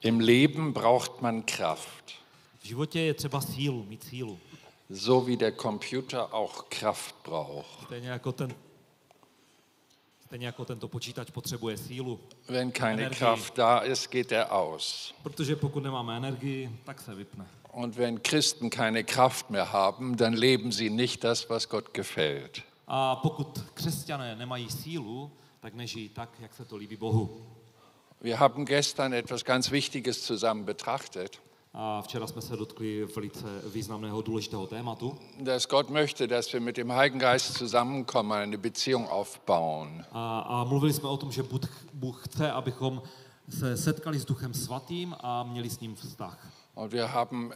Im Leben braucht man Kraft, V životě je třeba sílu, mít sílu. so wie der Computer auch Kraft braucht. Stejně jako ten Stejně jako tento počítač potřebuje sílu, Wenn keine Energie. Kraft da ist, geht er aus. protože pokud nemáme energii, tak se vypne. Und wenn Christen keine Kraft mehr haben, dann leben sie nicht das, was Gott gefällt. A pokud křesťané nemají sílu, tak nežijí tak, jak se to líbí Bohu. Wir haben gestern etwas ganz Wichtiges zusammen betrachtet, A včera jsme se dotkli velice významného, důležitého tématu. dass Gott möchte, dass wir mit dem Heiligen Geist zusammenkommen, eine Beziehung aufbauen. A, a mluvili jsme o tom, že Bůh, Bůh chce, abychom se setkali s Duchem Svatým a měli s ním vztah. Und wir haben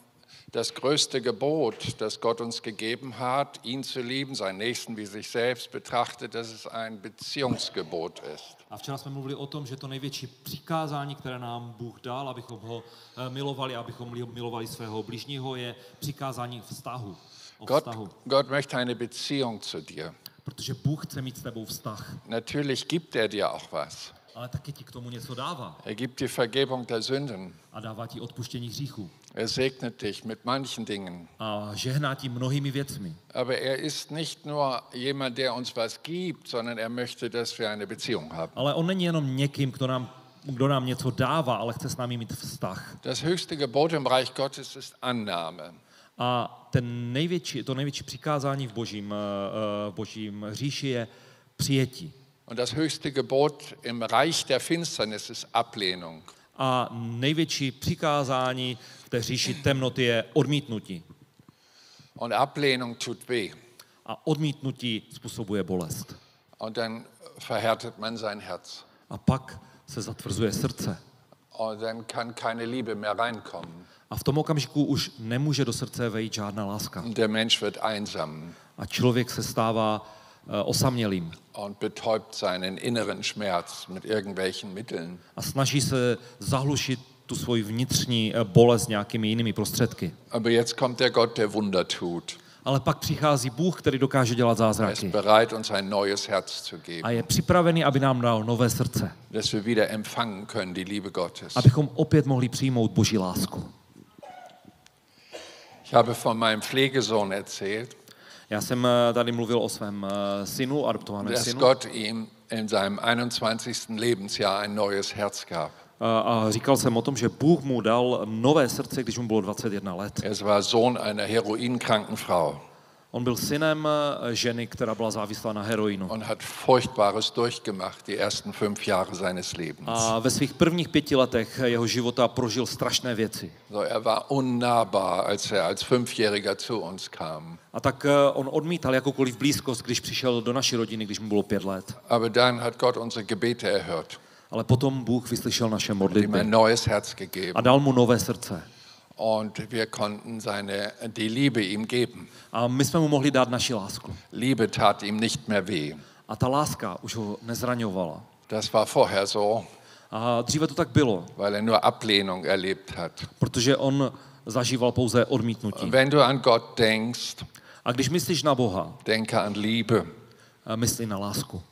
das größte Gebot, das Gott uns gegeben hat, ihn zu lieben, seinen Nächsten wie sich selbst betrachtet, dass es ein Beziehungsgebot ist. A včera jsme mluvili o tom, že to největší přikázání, které nám Bůh dal, abychom ho eh, milovali, abychom li- milovali svého bližního, je přikázání vztahu. O Gott, vztahu. Gott möchte eine Beziehung zu dir. Protože Bůh chce mít s tebou vztah, Natürlich gibt er dir auch was. ale taky ti k tomu něco dává. Er gibt dir Vergebung der Sünden. A dává ti odpuštění hříchů. Er segnet dich mit manchen Dingen. A žehná ti mnohými věcmi. Aber er ist nicht nur jemand, der uns was gibt, sondern er möchte, dass wir eine Beziehung haben. Ale on není jenom někým, kdo nám, kdo nám něco dává, ale chce s námi mít vztah. Das höchste Gebot im Reich Gottes ist Annahme. A ten největší, to největší přikázání v božím, eh, v božím říši je přijetí. Und das höchste Gebot im Reich der Finsternis ist Ablehnung. A největší přikázání v té říši temnoty je odmítnutí. Und Ablehnung tut weh. A odmítnutí způsobuje bolest. Und dann verhärtet man sein Herz. A pak se zatvrzuje srdce. Und dann kann keine Liebe mehr reinkommen. A v tom okamžiku už nemůže do srdce vejít žádná láska. Und der Mensch wird einsam A člověk se stává eh, osamělým und betäubt seinen inneren Schmerz mit irgendwelchen Mitteln. a snaží se zahlušit tu svoji vnitřní eh, bolest nějakými jinými prostředky. Aber jetzt kommt der Gott, der Wunder tut. Ale pak přichází Bůh, který dokáže dělat Er ist zázraky bereit, uns ein neues Herz zu geben, a je připravený, aby nám dal nové srdce, dass wir wieder empfangen können, die Liebe Gottes. abychom opět mohli přijmout Boží lásku. Ich habe von meinem Pflegesohn erzählt, Já jsem eh, tady mluvil o svém eh, synu, adoptovaném dass synu, Gott ihm in seinem 21. Lebensjahr ein neues Herz gab. a, a říkal jsem o tom, že Bůh mu dal nové srdce, když mu bylo 21 let. Er war Sohn einer heroinkranken Frau On byl synem eh, ženy, která byla závislá na heroinu. und hat Furchtbares durchgemacht, die ersten fünf Jahre seines Lebens. A ve svých prvních pěti letech jeho života prožil strašné věci. So, er war unnahbar, als er als Fünfjähriger zu uns kam. A tak eh, on odmítal jakoukoliv blízkost, když přišel do naší rodiny, když mu bylo pět let. Aber dann hat Gott unsere Gebete erhört, Ale potom Bůh vyslyšel naše ihm ein modlitby neues Herz gegeben a dal mu nové srdce. und wir konnten seine, die Liebe ihm geben. A my jsme mu mohli dát naši lásku. Liebe tat ihm nicht mehr weh. A ta láska už ho nezraňovala. Das war vorher so, A dříve to tak bylo, weil er nur Ablehnung erlebt hat. protože on zažíval pouze Und odmítnutí. Wenn du an Gott denkst, A když myslíš na Boha, denke an Liebe. eh, myslí na lásku.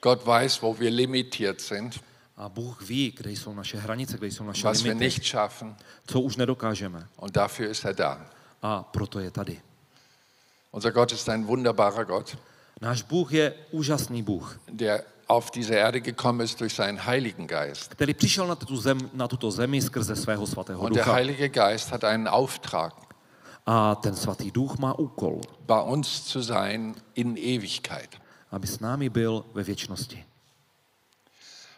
Gott weiß, wo wir limitiert sind, A Bůh ví, kde jsou naše hranice, kde jsou naše was wir limity, nicht schaffen. co už nedokážeme. Und dafür ist er da. A proto je tady. Unser Gott ist ein wunderbarer Gott, Náš Bůh je úžasný Bůh, der auf diese Erde gekommen ist durch seinen Heiligen Geist. který přišel na, tuto zem, na tuto zemi skrze svého svatého Und der ducha. Heilige Geist hat einen Auftrag, A ten svatý duch má úkol, bei uns zu sein in Ewigkeit. aby s námi byl ve věčnosti.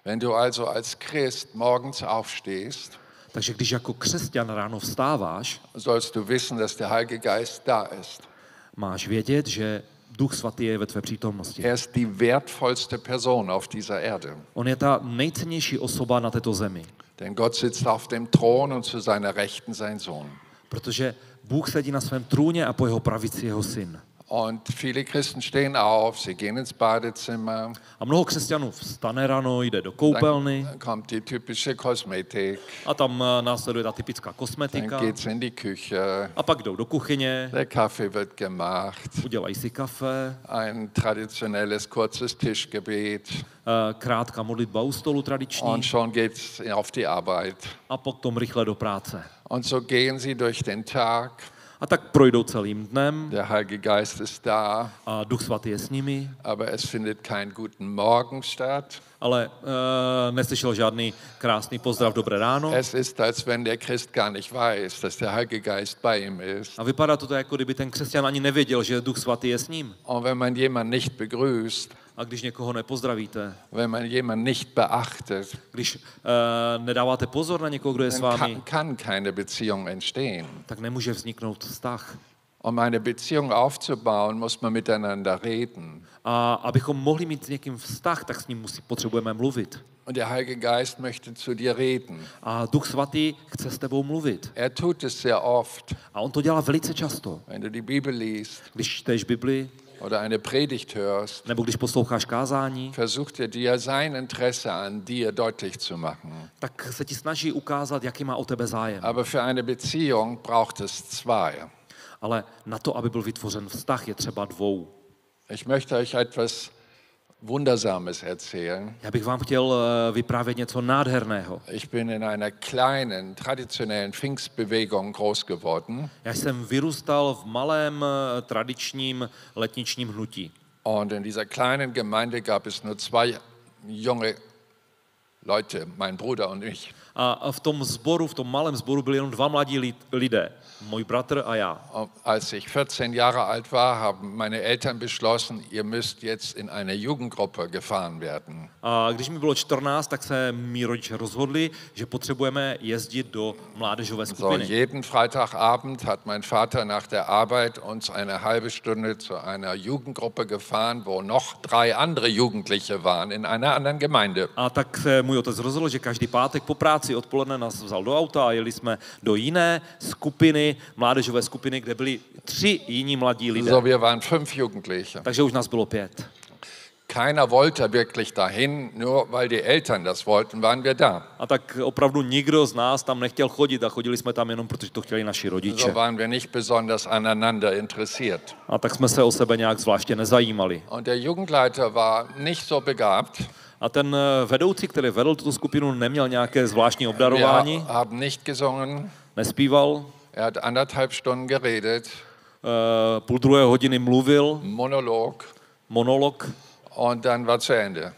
Wenn du also als Christ morgens aufstehst, Takže když jako křesťan ráno vstáváš, sollst du wissen, dass der Heilige Geist da ist. máš vědět, že duch svatý je ve tvé přítomnosti. Er ist die wertvollste Person auf dieser Erde. On je ta nejcennější osoba na této zemi, Denn Gott sitzt auf dem Thron und zu seiner Rechten sein Sohn. protože Bůh sedí na svém trůně a po jeho pravici jeho syn. Und viele Christen stehen auf, sie gehen ins Badezimmer, A mnoho křesťanů vstane ráno, jde do koupelny dann kommt die typische Kosmetik, a tam eh, následuje ta typická dann kosmetika. geht's in die Küche, A pak jdou do kuchyně, der Kaffee wird gemacht, udělají si kafe, ein traditionelles kurzes Tischgebet eh, krátká modlitba u stolu tradiční und schon geht's auf die Arbeit. a potom rychle do práce. Und so gehen sie durch den Tag. A tak projdou celým dnem Der Heilige Geist ist da, a Duch Svatý je s nimi, aber es findet kein guten Morgen statt. ale e, neslyšel žádný krásný pozdrav, dobré ráno. Es ist, als wenn der Christ gar nicht weiß, dass der Heilige Geist bei ihm ist. A vypadá to, tak, jako kdyby ten křesťan ani nevěděl, že Duch Svatý je s ním. Und wenn man jemanden nicht begrüßt, A když někoho nepozdravíte, wenn man jemanden nicht beachtet, když e, nedáváte pozor na někoho, kdo je s dann vámi, kann, kann keine Beziehung entstehen. tak nemůže vzniknout vztah. Um eine Beziehung aufzubauen, muss man miteinander reden. A abychom mohli mít s někým vztah, tak s ním musí, potřebujeme mluvit. Und der Heilige Geist möchte zu dir reden. A Duch Svatý chce s tebou mluvit. Er tut es sehr oft, A on to dělá velice často. wenn du die Bibel liest Když čteš Bibli, oder eine Predigt hörst. nebo když posloucháš kázání, Versucht er dir sein Interesse an dir deutlich zu machen. tak se ti snaží ukázat, jaký má o tebe zájem. Aber für eine Beziehung braucht es zwei. Ale na to, aby byl vytvořen vztah, je třeba dvou. Ich möchte euch etwas Wundersames erzählen. Já bych vám chtěl eh, vyprávět něco nádherného. Ich bin in einer kleinen, traditionellen Pfingstbewegung groß geworden Já jsem vyrůstal v malém eh, tradičním letničním hnutí. und in dieser kleinen Gemeinde gab es nur zwei junge Leute, mein Bruder und ich. A a v tom sboru, v tom malém sboru byli jenom dva mladí lid- lidé. Můj bratr a já. Und Als ich 14 Jahre alt war, haben meine Eltern beschlossen, ihr müsst jetzt in eine Jugendgruppe gefahren werden. A když mi bylo 14, tak se mý rodiče rozhodli, že potřebujeme jezdit do mládežové So, skupiny. jeden Freitagabend hat mein Vater nach der Arbeit uns eine halbe Stunde zu einer Jugendgruppe gefahren, wo noch drei andere Jugendliche waren in einer anderen Gemeinde. A tak se můj otec rozhodl, že každý pátek po práci odpoledne nás vzal do auta a jeli jsme do jiné skupiny, mládežové skupiny, kde byli tři jiní mladí lidé. So, wir waren fünf Jugendliche. Takže už nás bylo pět. Keiner wollte wirklich dahin, nur weil die Eltern das wollten, waren wir da. A tak opravdu nikdo z nás tam nechtěl chodit a chodili jsme tam jenom, protože to chtěli naši rodiče. So waren wir nicht besonders aneinander interessiert. A tak jsme se o sebe nějak zvláště nezajímali. Und der Jugendleiter war nicht so begabt. A ten eh, vedoucí, který vedl tuto skupinu, neměl nějaké zvláštní Wir obdarování, haben nicht gesungen. nespíval, Er hat anderthalb Stunden geredet, eh, půl druhé hodiny mluvil, Monolog, monolog und dann war zu Ende.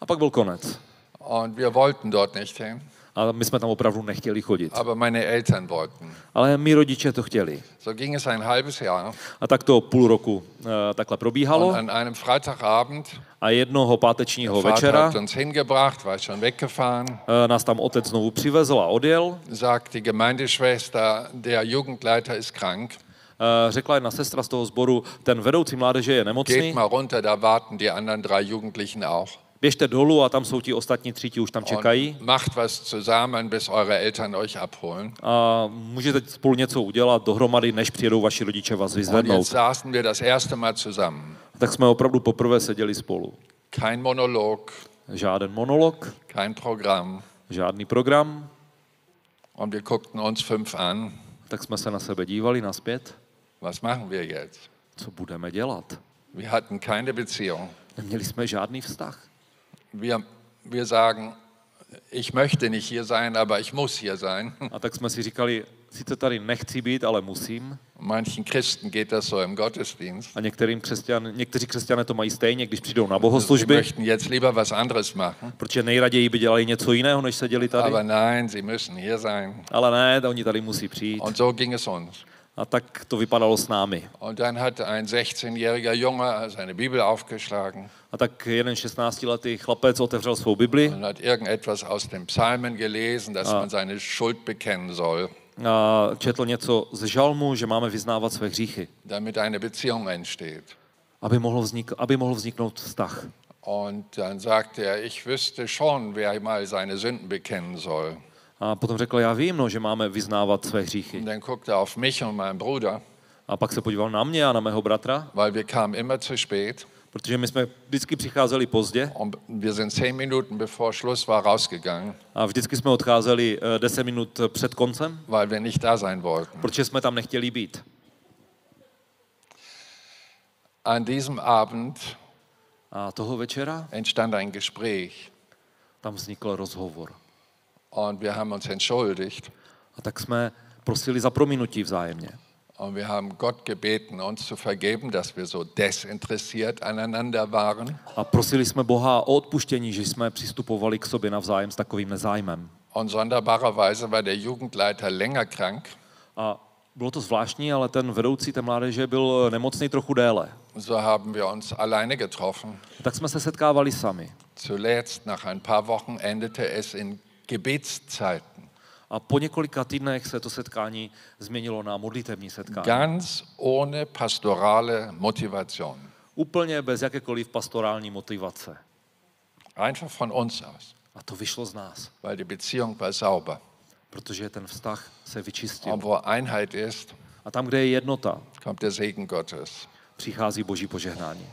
a pak byl konec. Und wir wollten dort nicht hin, A my jsme tam opravdu nechtěli chodit. aber meine Eltern wollten. Ale my rodiče to chtěli. So ging es ein halbes Jahr. A tak to půl roku eh, takhle Und probíhalo an einem Freitagabend, a jednoho pátečního Vater večera hat uns hingebracht, war schon weggefahren, eh, nás tam otec znovu přivezl a odjel. sagt die Gemeindeschwester, der Jugendleiter ist krank. Eh, Řekla jedna sestra z toho sboru, ten vedoucí mládeže je Geht nemocný, mal runter, da warten die anderen drei Jugendlichen auch. běžte dolů a tam jsou ti ostatní tři, ti už tam Und čekají macht was zusammen, bis eure Eltern euch abholen. a můžete spolu něco udělat dohromady, než přijedou vaši rodiče vás Und vyzvednout. jetzt saßen wir das erste Mal zusammen. Tak jsme opravdu poprvé seděli spolu. Kein Monolog, Žádný monolog, kein Programm. žádný program, Und wir guckten uns fünf an. tak jsme se na sebe dívali naspět, Was machen wir jetzt? co budeme dělat. Wir hatten keine Beziehung. Neměli jsme žádný vztah. Wir, wir sagen, ich möchte nicht hier sein, aber ich muss hier sein. A tak jsme si říkali, sice tady nechci být, ale musím. Manchen Christen geht das so im Gottesdienst. A některým křesťan, někteří křesťané to mají stejně, když přijdou na Sie bohoslužby, möchten jetzt lieber was anderes machen. protože nejraději by dělali něco jiného, než seděli tady. Aber nein, sie müssen hier sein. Ale ne, oni tady musí přijít. Und so ging es uns. A tak to vypadalo s námi. Und dann hat ein 16-jähriger Junge seine Bibel aufgeschlagen A tak jeden 16-letý chlapec otevřel svou Bibli und hat irgendetwas aus dem Psalmen gelesen, dass man seine Schuld bekennen soll, a četl něco ze žalmu, že máme vyznávat své hříchy, damit eine Beziehung entsteht. aby mohl, vznik, aby mohl vzniknout vztah. Und dann sagt er, ich wüsste schon, wer mal seine Sünden bekennen soll. A potom řekl, já vím, no, že máme vyznávat své hříchy. Und dann guckt er auf mich und meinen Bruder. A pak se podíval na mě a na mého bratra, weil wir kamen immer zu spät protože my jsme vždycky přicházeli pozdě und wir sind zehn Minuten bevor Schluss war rausgegangen, a vždycky jsme odcházeli eh, 10 minut před koncem, weil wir nicht da sein wollten. protože jsme tam nechtěli být. An diesem Abend A toho večera entstand ein Gespräch tam vznikl rozhovor. und wir haben uns entschuldigt A tak jsme prosili za prominutí vzájemně. und wir haben Gott gebeten, uns zu vergeben, dass wir so desinteressiert aneinander waren A prosili jsme Boha o odpuštění, že jsme přistupovali k sobě navzájem s takovým nezájmem. Und sonderbarerweise war der Jugendleiter länger krank, A bylo to zvláštní, ale ten vedoucí té mládeže byl nemocný trochu déle. so haben wir uns alleine getroffen. Tak jsme se setkávali sami. Zuletzt, nach ein paar Wochen, endete es in Gebetszeiten. A po několika týdnech se to setkání změnilo na modlitevní setkání. Ganz ohne pastorale Motivation. Úplně bez jakékoliv pastorální motivace. Einfach von uns aus, A to vyšlo z nás, weil die Beziehung war sauber. protože ten vztah se vyčistil. Und wo Einheit ist, A tam, kde je jednota, kommt der Segen Gottes. přichází boží požehnání.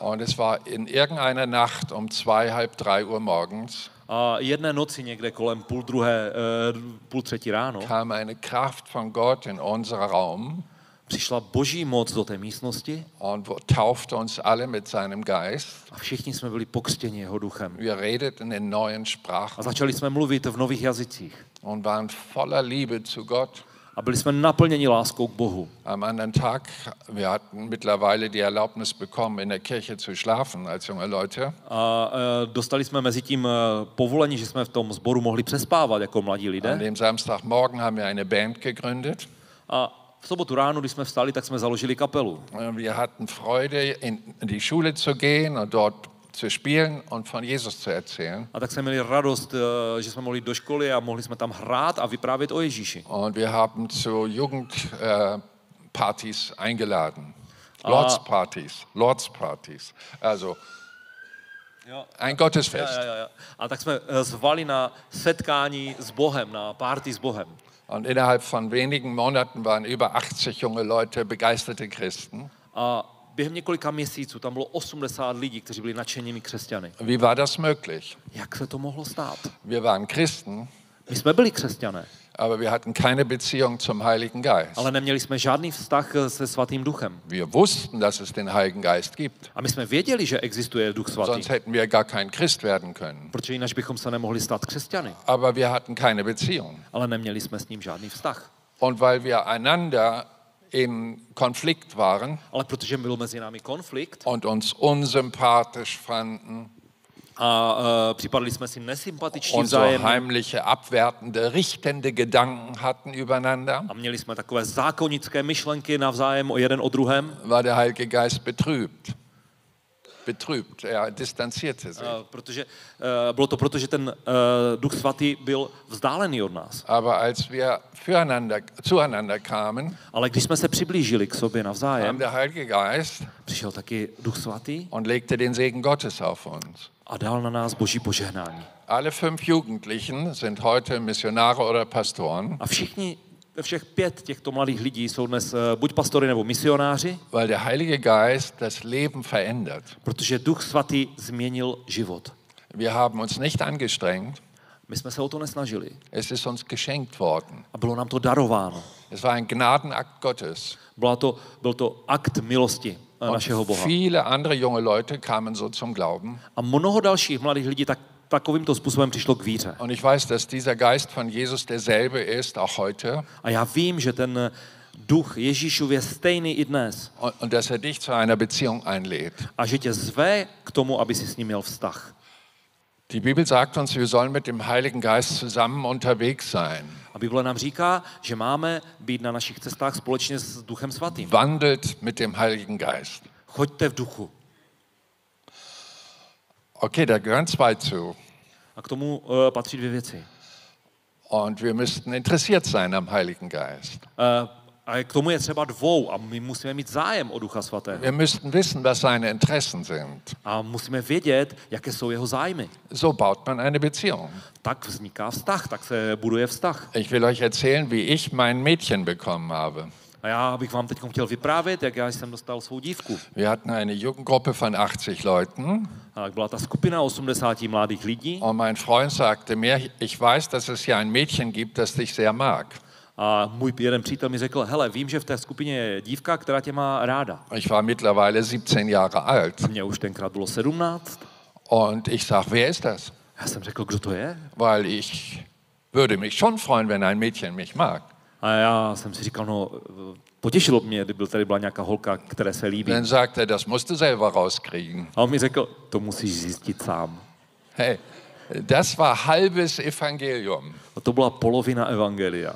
Und es war in irgendeiner Nacht um zwei, halb drei Uhr morgens, A jedné noci někde kolem půl druhé, eh, půl třetí ráno, kam eine Kraft von Gott in unseren Raum přišla boží moc do té místnosti und wo- taufte uns alle mit seinem Geist. a všichni jsme byli pokřtěni jeho duchem. Wir redeten in neuen A Sprachen začali jsme mluvit v nových jazycích. und waren voller Liebe zu Gott. A byli jsme naplněni láskou k Bohu. Am anderen Tag, wir hatten mittlerweile die Erlaubnis bekommen, in der Kirche zu schlafen als junge Leute. A eh, dostali jsme mezi tím eh, povolení, že jsme v tom sboru mohli přespávat jako mladí An lidé. dem Samstagmorgen haben wir eine Band gegründet. A v sobotu ráno, když jsme vstali, tak jsme založili kapelu. Wir hatten Freude, in die Schule zu gehen und dort zu spielen und von Jesus zu erzählen. A tak jsme měli radost, eh, že jsme mohli jít do školy a mohli jsme tam hrát a vyprávět o Ježíši. Und wir haben zu Jugendpartys äh, Partys eingeladen. Ah. Lordspartys, Lordspartys. Also Ja. ein Gottesfest. Ja, ja, ja. A tak jsme eh, zvali na setkání s Bohem, na párty s Bohem. Und innerhalb von wenigen Monaten waren über 80 junge Leute begeisterte Christen. A během několika měsíců tam bylo 80 lidí, kteří byli nadšenými křesťany. Wie war das möglich? Jak se to mohlo stát? Wir waren Christen, My jsme byli křesťané, aber wir hatten keine Beziehung zum Heiligen Geist. ale neměli jsme žádný vztah eh, se svatým duchem. Wir wussten, dass es den Heiligen Geist gibt. A my jsme věděli, že existuje duch svatý, Sonst hätten wir gar kein Christ werden können. protože jinak bychom se nemohli stát křesťany, Aber wir hatten keine Beziehung. ale neměli jsme s ním žádný vztah. Und weil wir einander in Konflikt waren Ale protože byl mezi námi konflikt und uns unsympathisch fanden a e, připadli jsme si nesympatiční und so vzájemně heimliche, abwertende, richtende Gedanken hatten übereinander, a měli jsme takové zákonické myšlenky navzájem o jeden o druhém, war der Heilige Geist betrübt. Betrübt, er distanzierte sich. e, protože e, bylo to proto, že ten e, duch svatý byl vzdálený od nás. Aber als wir füreinander, zueinander kamen, Ale když jsme se přiblížili k sobě kam navzájem, der Heilige Geist přišel taky duch svatý und legte den Segen Gottes auf uns. a dal na nás boží požehnání. Alle fünf Jugendlichen sind heute Missionare oder Pastoren, A všichni, všech pět těchto mladých lidí jsou dnes eh, buď pastory nebo misionáři, weil der Heilige Geist das Leben verändert. protože Duch Svatý změnil život. Wir haben uns nicht angestrengt, My jsme se o to nesnažili es ist uns geschenkt worden. a bylo nám to darováno. Es war ein Gnadenakt Gottes. Byla to, byl to akt milosti eh, našeho Boha. Viele andere junge Leute kamen so zum Glauben. A mnoho dalších mladých lidí tak, takovýmto způsobem přišlo k víře. Und ich weiß, dass dieser Geist von Jesus derselbe ist, auch heute, A já vím, že ten eh, duch Ježíšův je stejný i dnes und, und dass er dich zu einer Beziehung einlädt. a že tě zve k tomu, aby si s ním měl vztah. Die Bibel sagt uns, wir sollen mit dem Heiligen Geist zusammen unterwegs sein. A Bible nám říká, že máme být na našich cestách společně s Duchem Svatým. Wandelt mit dem Heiligen Geist. Choďte v duchu. Okay, da gehören zwei zu. A k tomu uh, patří dvě věci. Und wir müssten interessiert sein am Heiligen Geist. Uh, a k tomu je třeba dvou a my musíme mít zájem o Ducha Svatého. Wir müssten wissen, was seine Interessen sind. A musíme vědět, jaké jsou jeho zájmy. So baut man eine Beziehung. Tak vzniká vztah, tak se buduje vztah. Ich will euch erzählen, wie ich mein Mädchen bekommen habe. A já bych vám teď chtěl vyprávět, jak já jsem dostal svou dívku. Wir hatten eine Jugendgruppe von 80 Leuten A byla ta skupina 80 mladých lidí und mein Freund sagte mir, ich weiß, dass es hier ein Mädchen gibt, das dich sehr mag. a můj jeden přítel mi řekl, hele, vím, že v té skupině je dívka, která tě má ráda. Ich war mittlerweile 17 Jahre alt Mně už tenkrát bylo 17. und ich sag, wer ist das? Já jsem řekl, kdo to je? Weil ich würde mich schon freuen, wenn ein Mädchen mich mag. A já jsem si říkal, no, potěšilo by mě, kdyby tady byla nějaká holka, které se líbí. Dann sagt er, das musst du selber rauskriegen. A on mi řekl, to musíš zjistit sám. Hey, das war halbes Evangelium. A to byla polovina evangelia.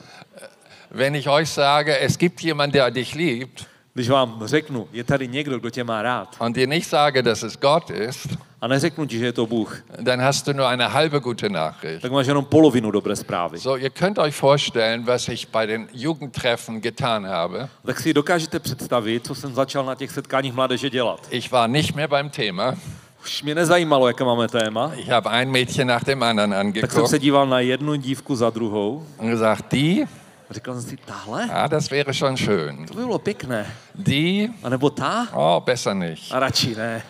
Wenn ich euch sage, es gibt jemanden, der dich liebt, Když vám řeknu, je tady někdo, kdo tě má rád, und dir nicht sage, dass es Gott ist, a neřeknu ti, že je to Bůh, dann hast du nur eine halbe gute Nachricht. tak máš jenom polovinu dobré zprávy. So, ihr könnt euch vorstellen, was ich bei den Jugendtreffen getan habe. Tak si dokážete představit, co jsem začal na těch setkáních mládeže dělat. Ich war nicht mehr beim Thema. Už mě nezajímalo, jaké máme téma, Ich habe ein Mädchen nach dem anderen tak jsem se angeguckt díval na jednu dívku za druhou und gesagt, die, a říkal jsem si, tahle? ah, das wäre schon schön. To by bylo pěkné. Die, A nebo ta? oh, besser nicht. A radši ne.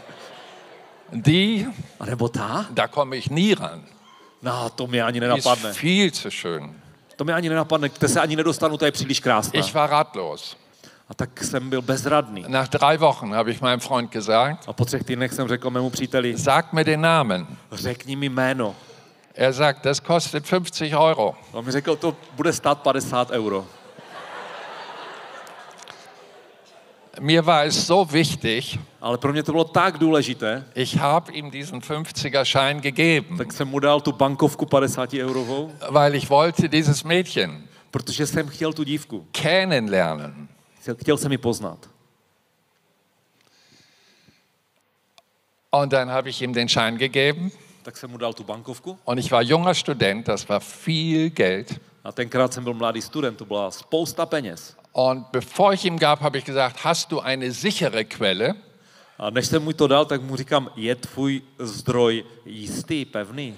Die, A nebo ta? da komme ich nie ran. No, to mě ani Die nenapadne. ist viel zu schön. To mě ani nenapadne, kde se ani nedostanu, to je příliš krásné. Ich war ratlos. A tak jsem byl bezradný. Nach drei Wochen habe ich meinem Freund gesagt, A po třech týdnech jsem řekl mému příteli, sag mir den Namen. řekni mi jméno. Er sagt, das kostet 50 Euro. A on mi řekl, to bude stát 50 euro. Mir war es so wichtig, Ale pro mě to bylo tak důležité, ich habe ihm diesen 50er-Schein gegeben, tak jsem mu dal tu bankovku 50 eurovou, weil ich wollte dieses Mädchen protože jsem chtěl tu dívku. kennenlernen. Chtěl- Chtěl jsem ji poznat. Und dann habe ich ihm den Schein gegeben Tak jsem mu dal tu bankovku und ich war junger Student, das war viel Geld. a tenkrát jsem byl mladý student, to byla spousta peněz. Und bevor ich ihm gab, habe ich gesagt, hast du eine sichere Quelle? A než jsem mu to dal, tak mu říkám, je tvůj zdroj jistý, pevný?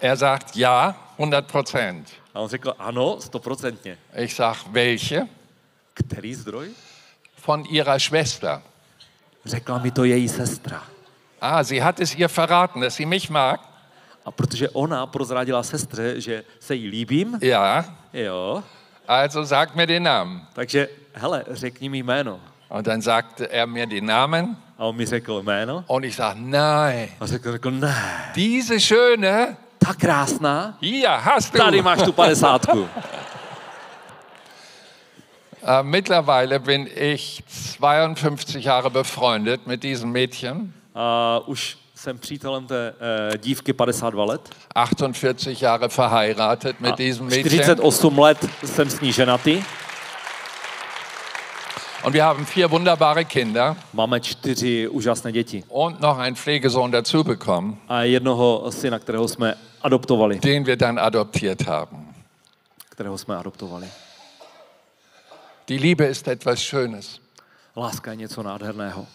Er sagt, ja, 100 Prozent. A on řekl, ano, stoprocentně. Ich sage, welche? Který zdroj? Von ihrer Schwester. Řekla mi to její sestra. Ah, sie hat es ihr verraten, dass sie mich mag. A protože ona prozradila sestře, že se jí líbím, Ja, jo, also sag mir den Namen. takže, hele, řekni mi jméno. Und dann sagte er mir den Namen A on mi řekl jméno und ich sage, nein, a řekl, řekl ne, diese Schöne, ta krásná, hier hast tady du. máš tu padesátku. Äh, mittlerweile bin ich 52 Jahre befreundet mit diesem Mädchen, A už jsem přítelem té eh, dívky 52 let. 48 Jahre verheiratet A mit diesem Mädchen 48 let jsem s ní ženatý. und wir haben vier wunderbare Kinder Máme čtyři úžasné děti. und noch einen Pflegesohn dazu bekommen, A jednoho syna, kterého jsme adoptovali. den wir dann adoptiert haben. Kterého jsme adoptovali. Die Liebe ist etwas Schönes. Láska je něco nádherného.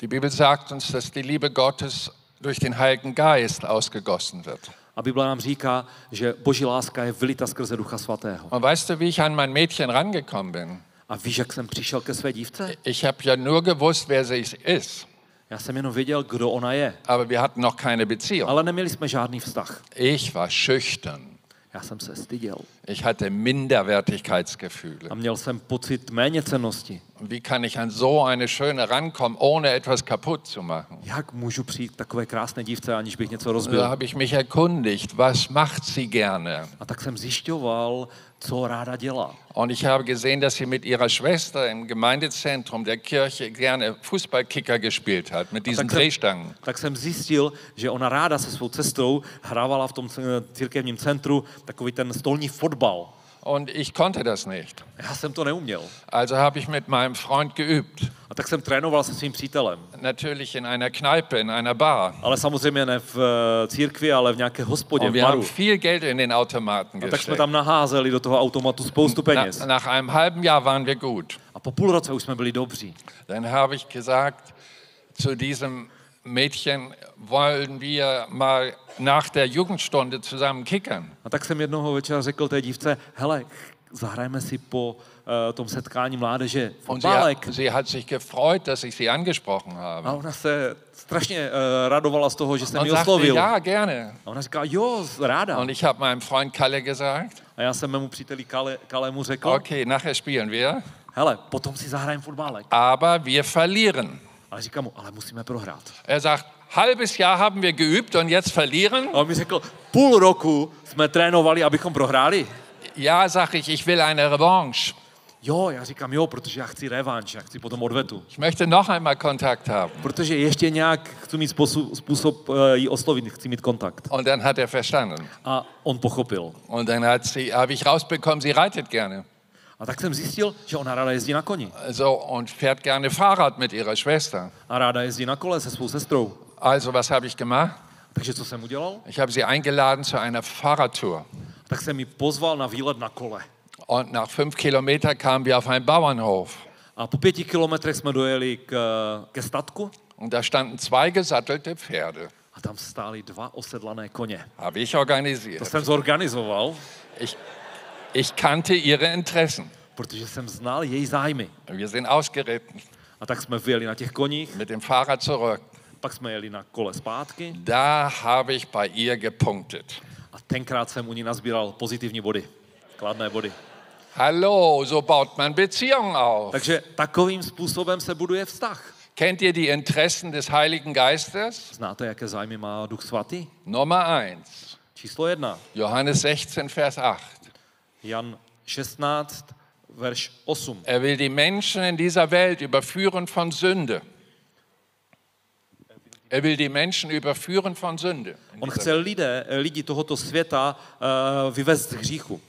Die Bibel sagt uns, dass die Liebe Gottes durch den Heiligen Geist ausgegossen wird. A Bible nám říká, že boží láska je vylita skrze Ducha Svatého. Und weißt du, wie ich an mein Mädchen rangekommen bin? A víš, jak jsem přišel ke své dívce? Ich habe ja nur gewusst, wer sie ist, Já jsem jenom věděl, kdo ona je. aber wir hatten noch keine Beziehung. Ale neměli jsme žádný vztah. Ich war schüchtern. Já jsem se styděl. Ich hatte Minderwertigkeitsgefühle. A měl jsem pocit méněcenosti. Wie kann ich an so eine Schöne rankommen, ohne etwas kaputt zu machen? Jak můžu přijít k takové krásné dívce, aniž bych něco Da rozbil? habe ich mich erkundigt, was macht sie gerne? A tak jsem zjišťoval, co ráda dělá. Und ich habe gesehen, dass sie mit ihrer Schwester im Gemeindezentrum der Kirche gerne Fußballkicker gespielt hat, mit diesen Tak jsem, Drehstangen. tak jsem zjistil, že ona ráda se svou cestou hrávala v tom eh, církevním centru takový ten stolní fotbal. Und ich konnte das nicht. Já jsem to neuměl. Also habe ich mit meinem Freund geübt. A tak jsem trénoval se svým přítelem. Natürlich in einer Kneipe, in einer Bar. Ale samozřejmě ne v eh, církvi, ale v nějaké hospodě, Und v wir haben baru. viel Geld in den Automaten A tak jsme gesteckt. tam naházeli do toho automatu spoustu Na, peněz. nach einem halben Jahr waren wir gut. A po půl roce už jsme byli dobří. Dann habe ich gesagt zu diesem Mädchen, wollen wir mal nach der Jugendstunde zusammen kickern? A tak jsem jednoho večera řekl té dívce, hele, zahrajme si po eh, tom setkání mládeže Und sie hat, fotbálek. sie hat sich gefreut, dass ich sie angesprochen A habe. ona se strašně eh, radovala z toho, že jsem Und ji sagte, oslovil. A ja, gerne. ona říká, jo, ráda. Und ich habe meinem Freund Kalle gesagt, A já jsem mému příteli Kale, Kalemu řekl, okay, nachher spielen wir, hele, potom si zahrajeme fotbálek. aber wir verlieren. A říkám mu, ale musíme prohrát. Er sagt, halbes Jahr haben wir geübt und jetzt verlieren? A on mi řekl, půl roku jsme trénovali, abychom prohráli. Ja, sag ich, ich will eine Revanche. Jo, já říkám jo, protože já chci revanš, já chci potom odvetu. Ich möchte noch einmal Kontakt haben. Protože ještě nějak chci mít způsob, způsob eh, ji oslovit, chci mít kontakt. Und dann hat er verstanden. A on pochopil. Und dann hat sie, habe ich rausbekommen, sie reitet gerne. A tak jsem zjistil, že ona ráda jezdí na koni. So, und fährt gerne Fahrrad mit ihrer Schwester. A ráda jezdí na kole se svou sestrou. Also, was habe ich gemacht? Takže co jsem udělal? Ich habe sie eingeladen zu einer Fahrradtour. Tak jsem ji pozval na výlet na kole. Und nach fünf Kilometern kamen wir auf einen Bauernhof. A po pěti kilometrech jsme dojeli k, ke statku Und da standen zwei gesattelte Pferde. a tam stály dva osedlané koně. Habe ich To organisiert. jsem zorganizoval, Ich, ich kannte ihre Interessen. protože jsem znal její zájmy. Wir sind ausgeritten, A tak jsme vyjeli na těch koních, mit dem Fahrrad zurück. pak jsme jeli na kole zpátky Da habe ich bei ihr gepunktet. a tenkrát jsem u ní nazbíral pozitivní body, kladné body. Hallo, so baut man Beziehungen auf. Takže takovým způsobem se buduje vztah. Kennt ihr die Interessen des Heiligen Geistes? Znáte, jaké zájmy má Duch Svatý? Nummer eins, Číslo jedna. Johannes 16, Vers 8. Jan 16, verš 8. Er will die Menschen in dieser Welt überführen von Sünde. Er will die Menschen überführen von Sünde. On chce lidé, lidi tohoto světa eh, vyvést z hříchu.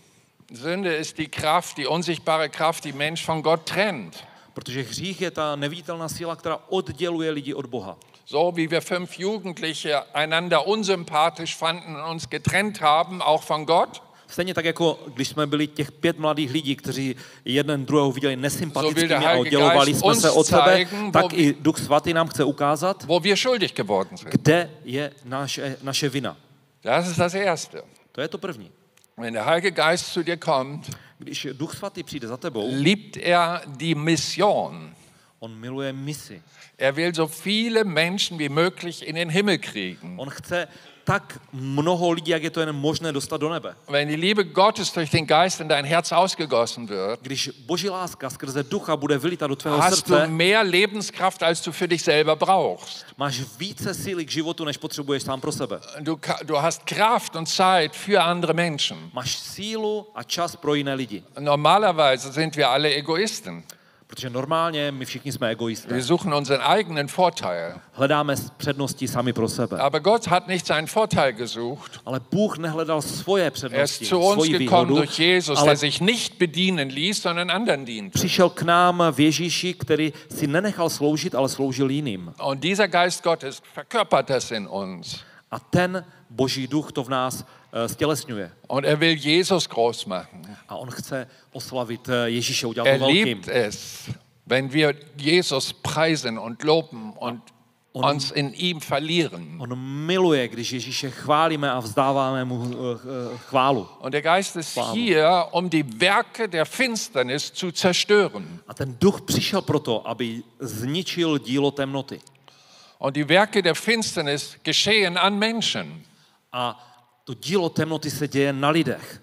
Sünde ist die Kraft, die unsichtbare Kraft, die Mensch von Gott trennt. Protože hřích je ta neviditelná síla, která odděluje lidi od Boha. So wie wir fünf Jugendliche einander unsympathisch fanden und uns getrennt haben, auch von Gott, Stejně tak, jako když jsme byli těch pět mladých lidí, kteří jeden druhého viděli So will nesympatickými der a Heilige oddělovali Geist jsme uns se od sebe, zeigen, tak wo- i Duch Svatý nám chce ukázat, wo wir schuldig geworden sind. kde je naše, naše vina. Das ist das Erste. To je to první. Wenn der Heilige Geist zu dir kommt, Když Duch Svatý přijde za tebou, liebt er die Mission. on miluje misi. Er will so viele Menschen wie möglich in den Himmel kriegen. On chce tak mnoho lidí, jak je to jen možné, dostat do nebe. Wenn die Liebe Gottes durch den Geist in dein Herz ausgegossen wird, Když Boží láska skrze ducha bude vylita do tvého hast du srdce, mehr Lebenskraft, als du für dich selber brauchst. máš více síly k životu, než potřebuješ sám pro sebe. Du, ka- du hast Kraft und Zeit für andere Menschen. Máš sílu a čas pro jiné lidi. Normalerweise sind wir alle Egoisten. Protože normálně my všichni jsme egoisté. Wir suchen unseren eigenen Vorteil. Hledáme s- přednosti sami pro sebe. Aber Gott hat nicht seinen Vorteil gesucht. Ale Bůh nehledal svoje Er ist přednosti, zu uns svoji gekommen výhodu, durch Jesus, ale der sich nicht bedienen ließ, sondern anderen diente. přišel k nám v Ježíši, který si nenechal sloužit, ale sloužil jiným. Und dieser Geist Gottes verkörpert das in uns. A ten boží duch to v nás eh, stělesňuje. Und er will Jesus groß machen. A on chce oslavit eh, Ježíše, udělat Er ho velkým. liebt es, wenn wir Jesus preisen und loben und uns in ihm verlieren. On miluje, když Ježíše chválíme a vzdáváme mu eh, eh, chválu. Und der Geist ist Wow. hier, um die Werke der Finsternis zu zerstören. A ten duch přišel proto, aby zničil dílo temnoty. Und die Werke der Finsternis geschehen an Menschen. A to dílo temnoty se děje na lidech.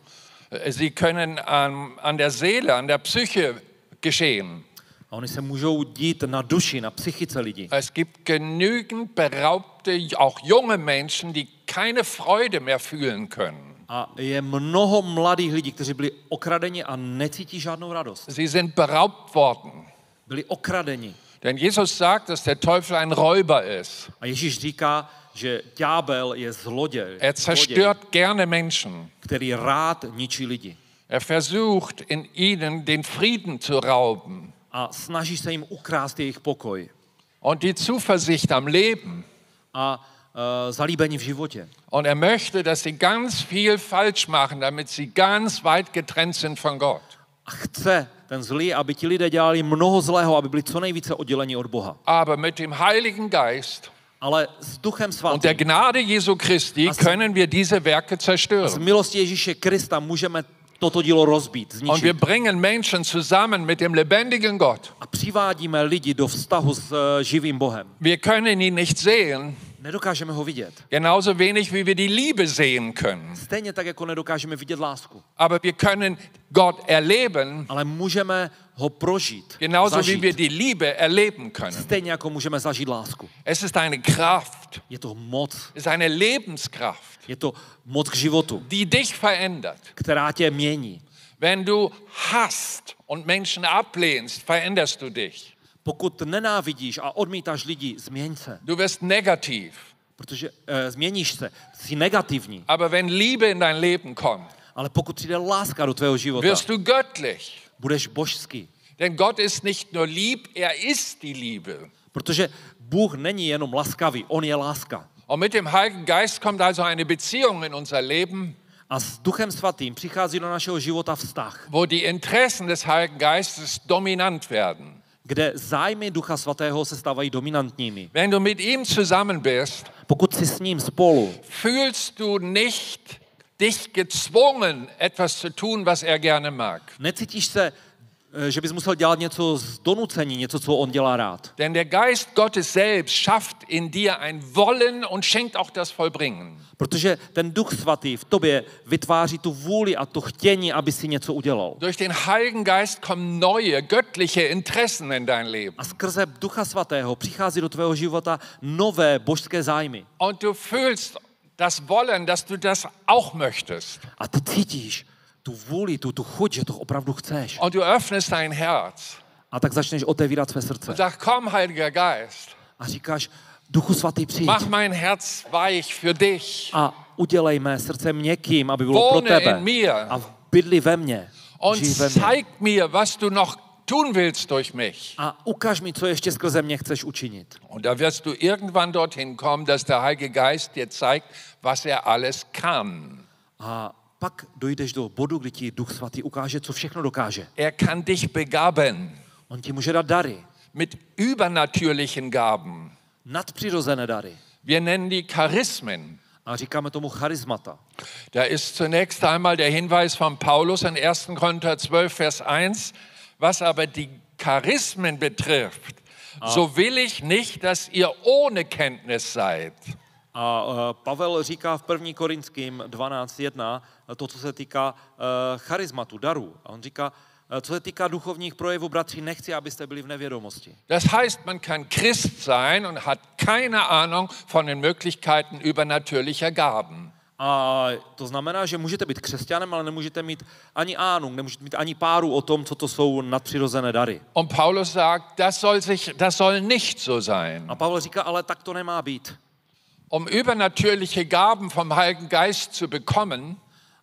Äh, Sie können an, an der Seele, an der Psyche geschehen. A oni se můžou dít na duši, na psychice lidí. Es gibt genügend beraubte, auch junge Menschen, die keine Freude mehr fühlen können. A je mnoho mladých lidí, kteří byli okradeni a necítí žádnou radost. Sie sind beraubt worden. Byli okradeni. Denn Jesus sagt, dass der Teufel ein Räuber ist. A Ježíš říká, že ďábel je zloděj, Er zloděj zerstört gerne Menschen. který rád ničí lidi. Er versucht in ihnen den Frieden zu rauben A snaží se jim ukrást jejich pokoj und die Zuversicht am Leben. a e, zalíbení v životě. Und er möchte, dass sie ganz viel falsch machen, damit sie ganz weit getrennt sind von Gott. A chce ten zlý, aby ti lidé dělali mnoho zlého, aby byli co nejvíce odděleni od Boha. Aber mit dem Heiligen Geist Ale s Duchem und der Svatým, Gnade Jesu Christi Hast du- können wir diese Werke s zerstören. milostí Ježíše Krista můžeme toto dílo rozbít, Und wir zničit. bringen Menschen zusammen mit dem lebendigen Gott. A přivádíme lidi do vztahu s eh, živým Bohem. Wir können ihn nicht sehen, Nedokážeme ho vidět. genauso wenig wie wir die Liebe sehen können. Stejně tak, jako nedokážeme vidět lásku. Aber wir können Gott erleben, Ale můžeme ho prožít, genauso wie wir zažít. die Liebe erleben können. Stejně jako můžeme zažít lásku. Es ist eine Kraft, Je to moc. es ist eine Lebenskraft, Je to moc k životu, die dich verändert. která tě mění. Wenn du hasst und Menschen ablehnst, veränderst du dich. Pokud nenávidíš a odmítáš lidi, změň se. Du wirst negativ. Protože eh, změníš se, jsi negativní. Aber wenn Liebe in dein Leben kommt, Ale pokud přijde láska do tvého života, wirst du göttlich. budeš božský. Denn Gott ist nicht nur lieb, er ist die Liebe. Protože Bůh není jenom laskavý, On je láska. Und mit dem Heiligen Geist kommt also eine Beziehung in unser Leben, A s Duchem Svatým přichází do našeho života vztah, wo die Interessen des Heiligen Geistes dominant werden. kde zájmy Ducha Svatého se stávají dominantními. Wenn du mit ihm zusammen bist, Pokud jsi s ním spolu, fühlst du nicht dich gezwungen, etwas zu tun, was er gerne mag. necítíš se, eh, že bys musel dělat něco z donucení, něco, co on dělá rád. Denn der Geist Gottes selbst schafft in dir ein Wollen und schenkt auch das Vollbringen. Protože ten Duch Svatý v tobě vytváří tu vůli a to chtění, aby si něco udělal. Durch den Heiligen Geist kommen neue, göttliche Interessen in dein Leben. A skrze Ducha Svatého přichází do tvého života nové božské zájmy. Und du fühlst das Wollen, dass du das auch möchtest. A ty cítíš tu vůli, tu, tu chuť, že to opravdu chceš. Und du öffnest dein Herz A tak začneš otevírat své srdce. und sagst, komm, Heiliger Geist, A říkáš, Duchu Svatý přijď mach mein Herz weich für dich. a udělej mé srdce měkkým, aby bylo pro Wohne tebe. in mir. A bydli ve mně. Und Žij ve mně. zeig mir, was du noch tun willst durch mich. A ukaž mi, co ještě skrze mě chceš učinit. Und da wirst du irgendwann dorthin kommen, dass der Heilige Geist dir zeigt, was er alles kann. A pak dojdeš do bodu, kdy ti Duch Svatý ukáže, co všechno dokáže. Er kann dich begaben On ti může dát dary, mit übernatürlichen Gaben. nadpřirozené dary. Wir nennen die Charismen. A říkáme tomu charismata. Da ist zunächst einmal der Hinweis von Paulus in 1. Korinther 12, Vers 1, was aber die Charismen betrifft, so will ich nicht, dass ihr ohne Kenntnis seid. A eh, Pavel říká v 1. Korinským 12.1 to, co se týká eh, charizmatu, darů. A on říká, eh, co se týká duchovních projevů, bratři, nechci, abyste byli v nevědomosti. Das heißt, man kann Christ sein und hat keine Ahnung von den Möglichkeiten übernatürlicher Gaben. A to znamená, že můžete být křesťanem, ale nemůžete mít ani ánu, nemůžete mít ani páru o tom, co to jsou nadpřirozené dary. Und Paulus sagt, das soll, sich, das soll nicht so sein. A Pavel říká, ale tak to nemá být. Um übernatürliche Gaben vom Heiligen Geist zu bekommen,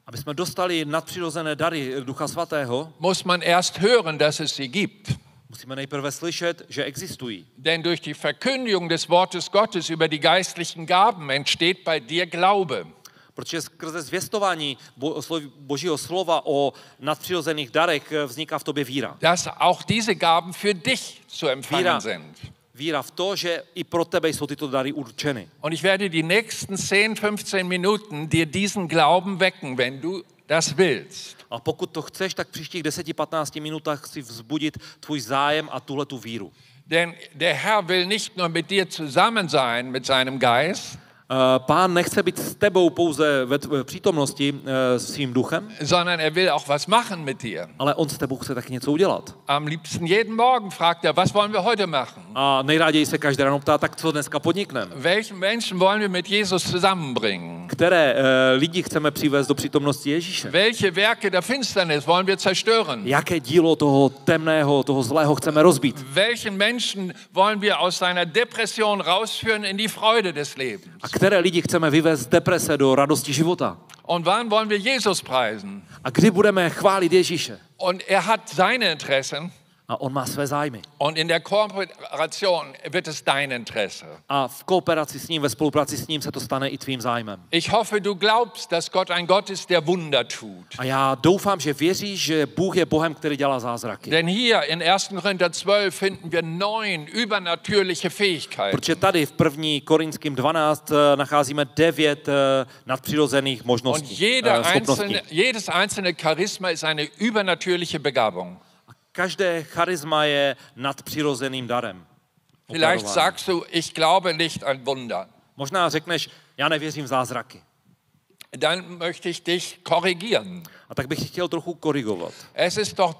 Aby jsme dostali nadpřirozené dary Ducha Svatého, muss man erst hören, dass es sie gibt. musíme nejprve slyšet, že existují. Denn durch die Verkündigung des Wortes Gottes über die geistlichen Gaben entsteht bei dir Glaube. Protože skrze zvěstování bo- slov- Božího slova o nadpřirozených darech eh, vzniká v tobě víra. Dass auch diese Gaben für dich zu empfangen Wieder. sind. Víra v to, že i pro tebe jsou tyto dary určeny. Und ich werde die nächsten 10, 15 Minuten dir diesen Glauben wecken, wenn du das willst. A pokud to chceš, tak v příštích 10-15 minutách si vzbudit tvůj zájem a tuhle tu víru. Denn der Herr will nicht nur mit dir zusammen sein, mit seinem Geist, Eh, Pán nechce být s tebou pouze ve tvé přítomnosti eh, s svým duchem, sondern er will auch was machen mit dir. ale on s tebou chce taky něco udělat. Am liebsten jeden Morgen fragt er, was wollen wir heute machen? A nejraději se každé ráno ptá, tak co dneska podnikneme. Welchen Menschen wollen wir mit Jesus zusammenbringen? Které eh, lidi chceme přivést do přítomnosti Ježíše? Welche Werke der Finsternis wollen wir zerstören? Jaké dílo toho temného, toho zlého chceme rozbít? Welchen Menschen wollen wir aus seiner Depression rausführen in die Freude des Lebens? A které lidi chceme vyvést z deprese do radosti života? Und wann wollen wir Jesus preisen? A kdy budeme chválit Ježíše? Und er hat seine Interessen A on má své zájmy. Und in der Kooperation wird es dein Interesse. A v kooperaci s ním, ve spolupráci s ním se to stane i tvým zájmem. Ich hoffe, du glaubst, dass Gott ein Gott ist, der Wunder tut. A já doufám, že věříš, že Bůh je Bohem, který dělá zázraky. Denn hier in 1. Korinther 12 finden wir neun übernatürliche Fähigkeiten. Protože tady v 1. Korinským 12 eh, nacházíme devět eh, nadpřirozených Und možností, eh, jeder schopností. einzelne, jedes einzelne Charisma ist eine übernatürliche Begabung. A každé charisma je nadpřirozeným darem. Vielleicht Obdarování. sagst du, ich glaube nicht an Wunder. Možná řekneš, já nevěřím v zázraky. Dann möchte ich dich korrigieren. A tak bych tě chtěl trochu korigovat. Es ist doch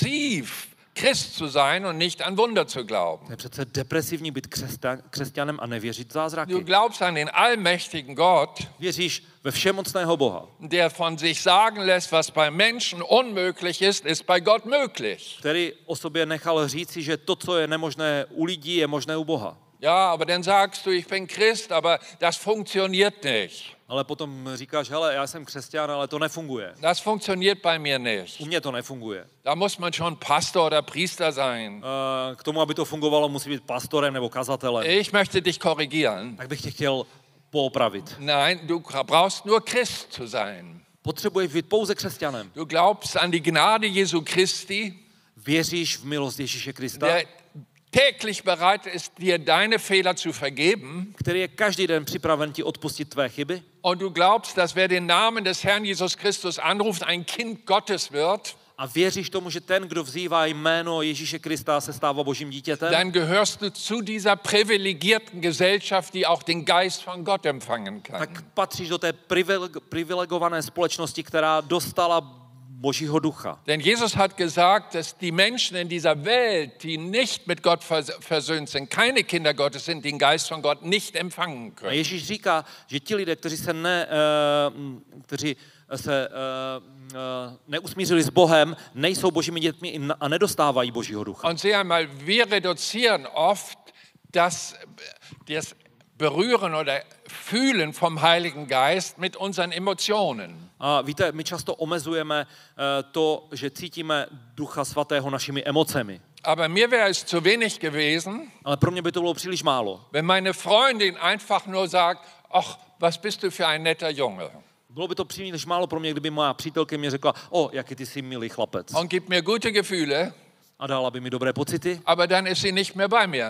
depressiv, Christ zu sein und nicht an Wunder zu glauben. To je přece depresivní být křesťan, křesťanem a nevěřit v Du zázraky. glaubst an den allmächtigen Gott, Věříš ve všemocného Boha, der von sich sagen lässt, was bei Menschen unmöglich ist, ist bei Gott möglich. který o sobě nechal říci, že to, co je nemožné u lidí, je možné u Boha. Ja, aber dann sagst du, ich bin Christ, aber das funktioniert nicht. Ale potom říkáš, hele, já jsem křesťan, ale to nefunguje. Das funktioniert bei mir nicht. U mě to nefunguje. Da muss man schon Pastor oder Priester sein. Eh, K tomu, aby to fungovalo, musí být pastorem nebo kazatelem. Ich möchte dich korrigieren. Tak bych tě chtěl poopravit. Nein, du brauchst nur Christ zu sein. Potřebuješ být pouze křesťanem. Du glaubst an die Gnade Jesu Christi, Věříš v milost Ježíše Krista, der täglich bereit ist, dir deine Fehler zu vergeben. který je každý den připraven ti odpustit tvé chyby. Und du glaubst, dass wer den Namen des Herrn Jesus Christus anruft, ein Kind Gottes wird. A věříš tomu, že ten, kdo vzývá jméno Ježíše Krista, se stává božím dítětem? Dann gehörst du zu dieser privilegierten Gesellschaft, die auch den Geist von Gott empfangen kann. Tak patříš do té privileg- privilegované společnosti, která dostala božího ducha. Denn Jesus hat gesagt, dass die Menschen in dieser Welt, die nicht mit Gott vers versöhnt sind, keine Kinder Gottes sind, den Geist von Gott nicht empfangen A können. Ježíš říká, že ti lidé, kteří se, ne, eh, m, kteří se eh, eh, neusmířili s Bohem, nejsou božími dětmi i n- a nedostávají božího ducha. Und sieh einmal, wir reduzieren oft das, das Berühren oder Fühlen vom Heiligen Geist mit unseren Emotionen. A víte, my často omezujeme eh, to, že cítíme ducha svatého našimi emocemi. Aber mir wäre es zu wenig gewesen, Ale pro mě by to bylo příliš málo. wenn meine Freundin einfach nur sagt, ach, was bist du für ein netter Junge Bylo by to příliš málo pro mě, kdyby moja přítelkyně mi řekla, o, jaký ty jsi milý chlapec. und gibt mir gute Gefühle, A dala by mi dobré pocity, aber dann ist sie nicht mehr bei mir.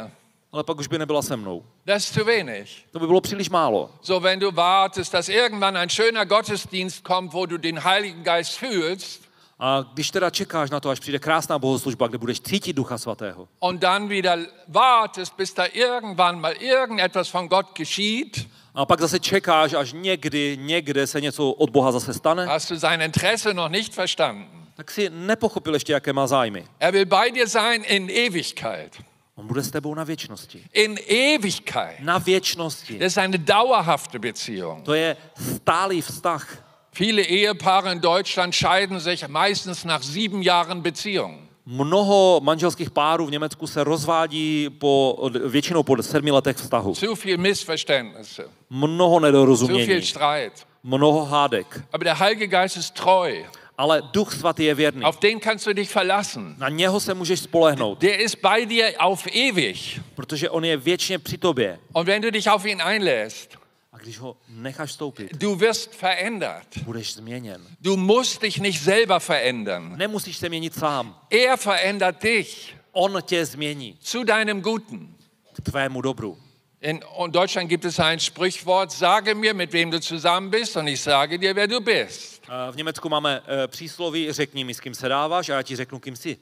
ale pak už by nebyla se mnou. Das ist zu wenig. To by bylo příliš málo. So, wenn du wartest, dass irgendwann ein schöner Gottesdienst kommt, wo du den Heiligen Geist fühlst A když teda čekáš na to, až přijde krásná bohoslužba, kde budeš cítit ducha svatého, und dann wieder wartest, bis da irgendwann mal irgendetwas von Gott geschieht, A pak zase čekáš, až někdy, někde se něco od Boha zase stane, hast du sein Interesse noch nicht verstanden. tak si nepochopil ještě, jaké má zájmy. Er will bei dir sein in Ewigkeit. On bude s tebou na věčnosti. In Ewigkeit. Na věčnosti. Das ist eine dauerhafte Beziehung. To je stálý vztah. Viele Ehepaare in Deutschland scheiden sich meistens nach sieben Jahren Beziehung. Mnoho manželských párů v Německu se rozvádí po, většinou po sedmi letech vztahu. Zu viel Missverständnisse, Mnoho zu nedorozumění, viel Streit. mnoho hádek. Aber der Heilige Geist ist treu. Ale Duch Svatý je věrný. Auf den kannst du dich verlassen. Na něho se můžeš spolehnout, Der ist bei dir auf ewig. protože on je věčně při tobě. Und wenn du dich auf ihn einlässt, A když ho necháš stoupit, du wirst verändert. budeš změněn. Du musst dich nicht selber verändern. Nemusíš se měnit sám. Er verändert dich On tě změní zu deinem Guten. k tvému dobru. In Deutschland gibt es ein Sprichwort, sage mir, mit wem du zusammen bist und ich sage dir, wer du bist. Eh, V Německu máme eh, přísloví, řekni mi, s kým se dáváš a já ti řeknu, kým jsi.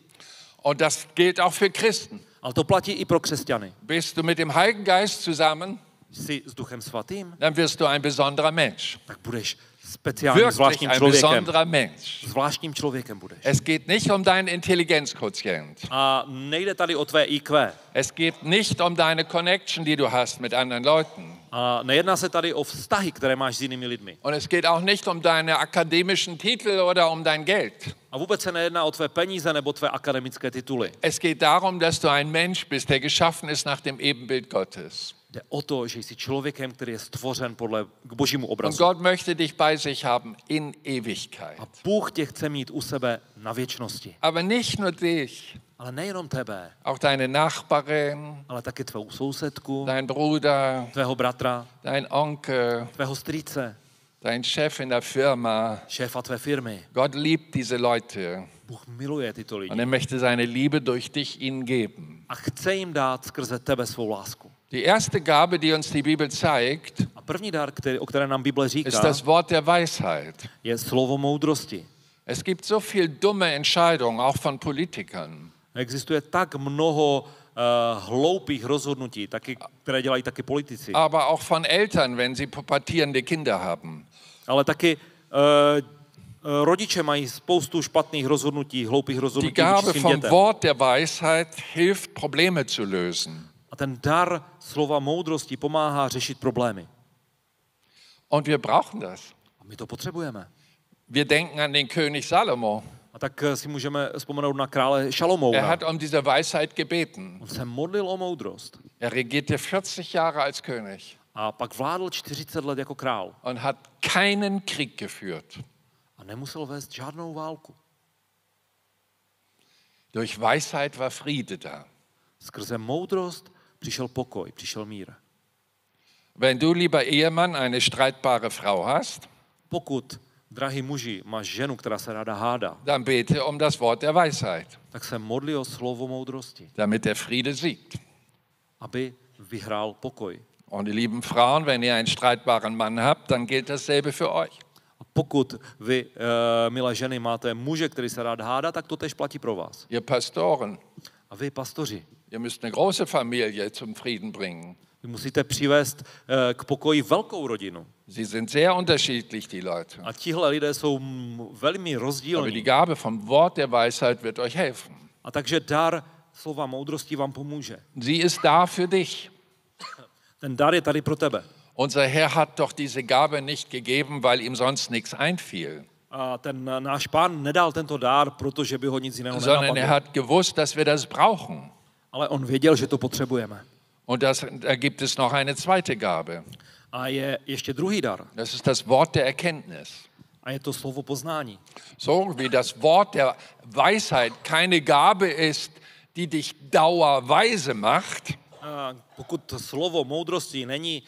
Und das gilt auch für Christen. Ale to platí i pro křesťany. Bist du mit dem Heiligen Geist zusammen, Jsi s Duchem Svatým, dann wirst du ein besonderer Mensch. tak budeš speciálním, Wirklich zvláštním ein člověkem. besonderer Mensch. Zvláštním člověkem budeš. Es geht nicht um deinen Intelligenzquotient. A nejde tady o tvé IQ. Es geht nicht um deine Connection, die du hast mit anderen Leuten. A nejedná se tady o vztahy, které máš s jinými lidmi. Und es geht auch nicht um deine akademischen Titel oder um dein Geld. A vůbec se nejedná o tvé peníze nebo tvé akademické tituly. Es geht darum, dass du ein Mensch bist, der geschaffen ist nach dem Ebenbild Gottes. Jde o to, že jsi člověkem, který je stvořen podle k božímu Und obrazu. Gott möchte dich bei sich haben in Ewigkeit. A Bůh tě chce mít u sebe na věčnosti. Aber nicht nur dich, Ale nejenom tebe, auch deine Nachbarin, ale taky tvou sousedku, dein Bruder, tvého bratra, dein Onkel, tvého strýce, dein Chef in der Firma. šéfa tvé firmy. Gott liebt diese Leute Bůh miluje tyto lidi und er möchte seine Liebe durch dich ihnen geben. a chce jim dát skrze tebe svou lásku. Die erste Gabe, die uns die Bibel zeigt, A první dar, který, o které nám Bible říká, ist das Wort der Weisheit. je slovo moudrosti. Es gibt so viel dumme Entscheidungen, auch von Politikern. Existuje tak mnoho uh, hloupých rozhodnutí, taky, které dělají taky politici, aber auch von Eltern, wenn sie pubertierende Kinder haben. ale taky uh, rodiče mají spoustu špatných rozhodnutí, hloupých Die rozhodnutí vůči Gabe svým vom dětem. Wort der Weisheit hilft, Probleme zu lösen. A ten dar slova moudrosti pomáhá řešit problémy. Und wir brauchen das. A my to potřebujeme. Wir denken an den König Salomo. A tak eh, si můžeme vzpomenout na krále Šalomouna. Er hat um diese Weisheit gebeten. On se modlil o moudrost Er regierte 40 Jahre als König a pak vládl 40 let jako král und hat keinen Krieg geführt. a nemusel vést žádnou válku. Durch Weisheit war Friede da. Skrze moudrost přišel pokoj, přišel mír. Wenn du, lieber Ehemann, eine streitbare Frau hast, Pokud, drahý muži, máš ženu, která se ráda hádá, dann bete um das Wort der Weisheit, tak se modli o slovo moudrosti, damit der Friede siegt. aby vyhrál pokoj. Und ihr lieben Frauen, wenn ihr einen streitbaren Mann habt, dann gilt dasselbe für euch. A pokud vy, e, milé ženy, máte muže, který se rád hádá, tak to tež platí pro vás. Ihr Pastoren, A vy, pastoři, ihr müsst eine große Familie zum Frieden bringen. vy musíte přivést e, k pokoji velkou rodinu. Sie sind sehr unterschiedlich, die Leute. A tihle lidé jsou mm, velmi Aber die rozdílní. Gabe vom Wort der Weisheit wird euch helfen. A takže dar slova moudrosti vám pomůže. Sie ist da für dich. Ten dar je tady pro tebe. Unser Herr hat doch diese Gabe nicht gegeben, weil ihm sonst nichts einfiel, A ten e, náš pán nedal tento dar, protože by ho nic jiného sondern er nenapadlo. hat gewusst, dass wir das brauchen. Ale on věděl, že to potřebujeme. Und das, da gibt es noch eine zweite Gabe. A je ještě druhý dar. Das ist das Wort der Erkenntnis. A je to slovo poznání. So wie das Wort der Weisheit keine Gabe ist, die dich dauerweise macht, A pokud slovo moudrosti není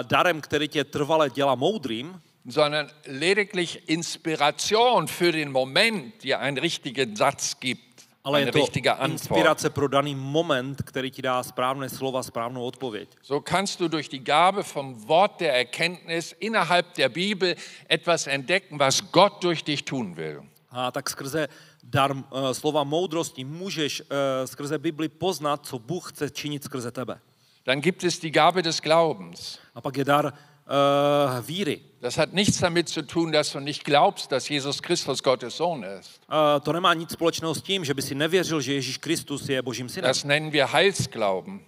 eh, darem, který tě trvale dělá moudrým, sondern lediglich Inspiration für den Moment, dir einen richtigen Satz gibt, ale je eine to richtige Antwort. inspirace pro daný moment, který ti dá správné slova, správnou odpověď. So kannst du durch die Gabe vom Wort der Erkenntnis innerhalb der Bibel etwas entdecken, was Gott durch dich tun will. A tak skrze dar eh, slova moudrosti můžeš eh, skrze Bibli poznat, co Bůh chce činit skrze tebe. Dann gibt es die Gabe des Glaubens. A pak je dar eh, víry. Das hat nichts damit zu tun, dass du nicht glaubst, dass Jesus Christus Gottes Sohn ist. Eh, To nemá nic společného s tím, že by si nevěřil, že Ježíš Kristus je Božím synem. Das nennen wir Heilsglauben.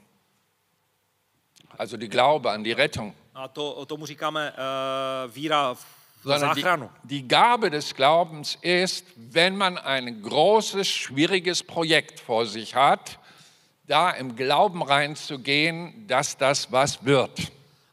Also die Glaube an die Rettung. A to, tomu říkáme uh, víra v v Sondern die, záchranu. die Gabe des Glaubens ist, wenn man ein großes, schwieriges Projekt vor sich hat, da im Glauben reinzugehen, dass das was wird.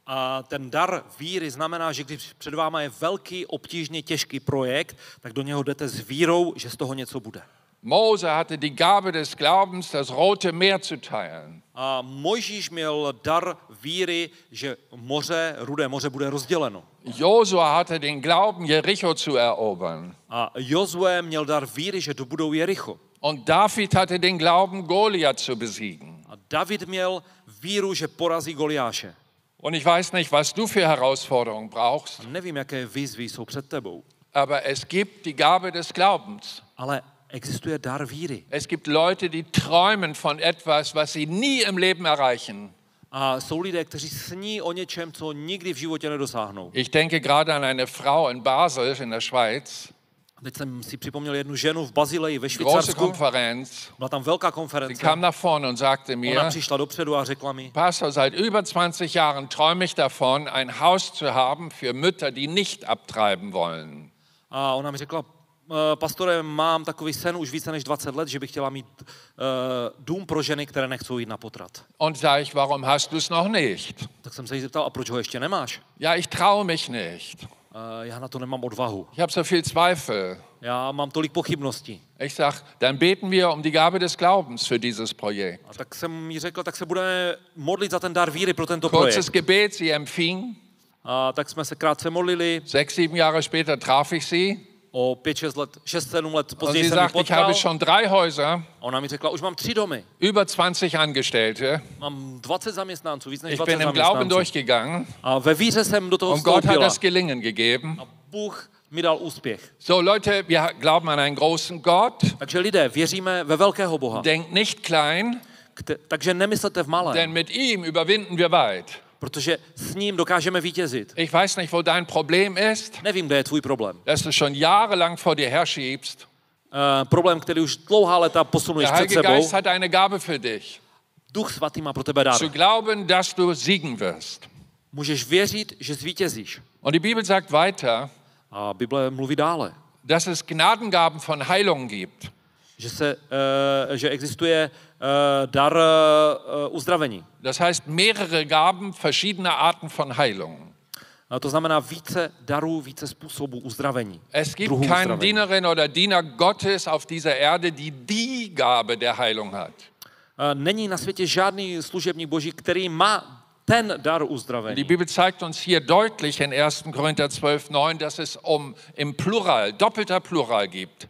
A ten dar víry znamená, že když před váma je velký, obtížně těžký projekt, tak do něho jdete s vírou, že z toho něco bude. Mose hatte die Gabe des Glaubens, das Rote Meer zu teilen. A Mojžíš měl dar víry, že moře, rudé moře bude rozděleno. Josua hatte den Glauben, Jericho zu erobern. A Jozue měl dar víry, že dobudou Jericho. Und David hatte den Glauben, Goliath zu besiegen. A David měl víru, že porazí Goliáše. Und ich weiß nicht, was du für Herausforderungen brauchst, Nevím, jaké výzvy jsou před tebou, aber es gibt die Gabe des Glaubens. ale existuje dar víry. Es gibt Leute, die träumen von etwas, was sie nie im Leben erreichen. A jsou lidé, kteří sní o něčem, co nikdy v životě nedosáhnou. Ich denke gerade an eine Frau in Basel in der Schweiz. Teď jsem si připomněl jednu ženu v Bazileji ve Große Švýcarsku. Konferenz. Byla tam velká Sie konference. kam nach vorne und sagte Ona mir, přišla dopředu a řekla mi, Pastor, seit über 20 Jahren träume ich davon, ein Haus zu haben für Mütter, die nicht abtreiben wollen. a ona mi řekla, eh, pastore, mám takový sen už více než 20 let, že bych chtěla mít eh, dům pro ženy, které nechcou jít na potrat. Und sage ich, warum hast du es noch nicht? Tak jsem se jí zeptal, a proč ho ještě nemáš? Ja, ich traue mich nicht. Eh, Já na to nemám odvahu. Ich habe so viel Zweifel. Já mám tolik pochybností. Ich sage, dann beten wir um die Gabe des Glaubens für dieses Projekt. A tak jsem jí řekl, tak se budeme modlit za ten dar víry pro tento projekt. Kurzes Gebet, sie empfing. A tak jsme se krátce modlili, Sechs, sieben Jahre später traf ich sie. o 5-6 let, 6-7 let Und později sie jsem ji sagt, ich potkal. habe schon drei Häuser, A Ona mi řekla, už mám tři domy, über 20 Angestellte. mám 20 zaměstnanců, víc než Ich 20 bin im Glauben zaměstnanců. durchgegangen A ve víře jsem do toho und Gott hat vstoupila. das Gelingen gegeben. A Bůh mi dal úspěch. So Leute, wir glauben an einen großen Gott. Takže lidé, věříme ve velkého Boha. Denkt nicht klein, Kte- takže nemyslete v malé, denn mit ihm überwinden wir weit. protože s ním dokážeme vítězit. Ich weiß nicht, wo dein Problem ist, Nevím, kde je tvůj problém. dass du schon jahrelang vor dir herschiebst. Uh, problém, který už dlouhá léta posunuješ Der před Heilige sebou. Geist hat eine Gabe für dich, Duch svatý má pro tebe dar. zu glauben, dass du siegen wirst. Můžeš věřit, že zvítězíš. Und die Bibel sagt weiter, A Bible mluví dále, dass es Gnadengaben von Heilung gibt. že, se, uh, že existuje uh, dar uh, uzdravení. Das heißt mehrere Gaben verschiedener Arten von Heilung. A to znamená více darů, více způsobů uzdravení. Es gibt druhů keine uzdravení. Dienerin oder Diener Gottes auf dieser Erde, die die Gabe der Heilung hat. A Eh, Není na světě žádný služebník boží, který má ten dar uzdravení. Die Bibel zeigt uns hier deutlich in 1. Korinther 12, 9, dass es um im Plural, doppelter Plural gibt.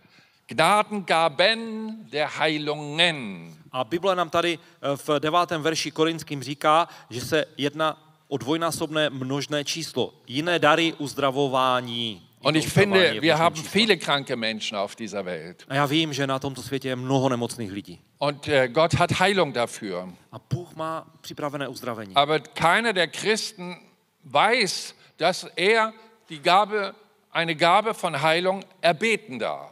Gnadengaben der Heilungen. A Bible nám tady eh, v devátém verši korinským říká, že se jedná o dvojnásobné množné číslo. Jiné dary uzdravování. Und Je ich to uzdravování finde, wir je v množném haben čísle. viele kranke Menschen auf dieser Welt. A já vím, že na tomto světě je mnoho nemocných lidí. Und äh, Gott hat Heilung dafür. A Bůh má připravené uzdravení. Aber keiner der Christen weiß, dass er die Gabe, eine Gabe von Heilung erbeten darf.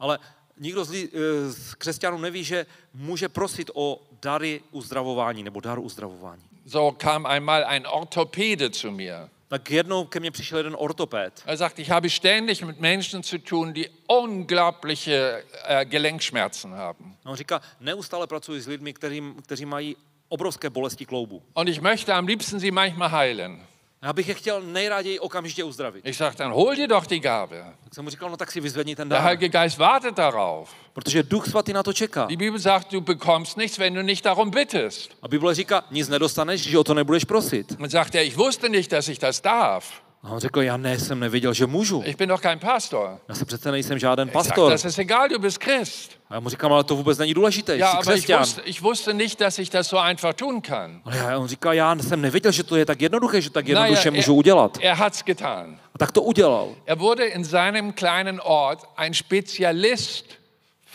Ale nikdo z, li- eh, z křesťanů neví, že může prosit o dary uzdravování nebo dar uzdravování. So kam einmal ein Orthopäde zu mir. Tak jednou ke mně přišel jeden ortoped Er sagt, ich habe ständig mit Menschen zu tun, die unglaubliche äh, Gelenkschmerzen haben. a No, on říká, neustále pracuji s lidmi, kterým, kteří mají obrovské bolesti kloubů. Und ich möchte am liebsten sie manchmal heilen. Já bych je chtěl nejraději okamžitě uzdravit. Ich sage, dann hol dir doch die Gabe. Tak jsem mu říkal, no tak si vyzvedni ten Der dar, Heilige Geist wartet darauf. protože Duch Svatý na to čeká. Die Bibel sagt, du bekommst nichts, wenn du nicht darum bittest. A Bible říká, nic nedostaneš, že o to nebudeš prosit. Und sagt er, ich wusste nicht, dass ich das darf. A on řekl, já ne, jsem nevěděl, že můžu. Ich bin doch kein Pastor. Já se přece nejsem žádný Ich sag, pastor. das ist egal, du bist Christ. A já mu říkám, ale to vůbec není důležité, Ja, jsi aber ich křesťan. wusste, ich wusste nicht, dass ich das so einfach tun kann. Ale já, on říkal, já jsem nevěděl, že to je tak jednoduché, že tak jednoduše Naja, můžu udělat. Er hat's getan. A tak to udělal. Er wurde in seinem kleinen Ort ein Spezialist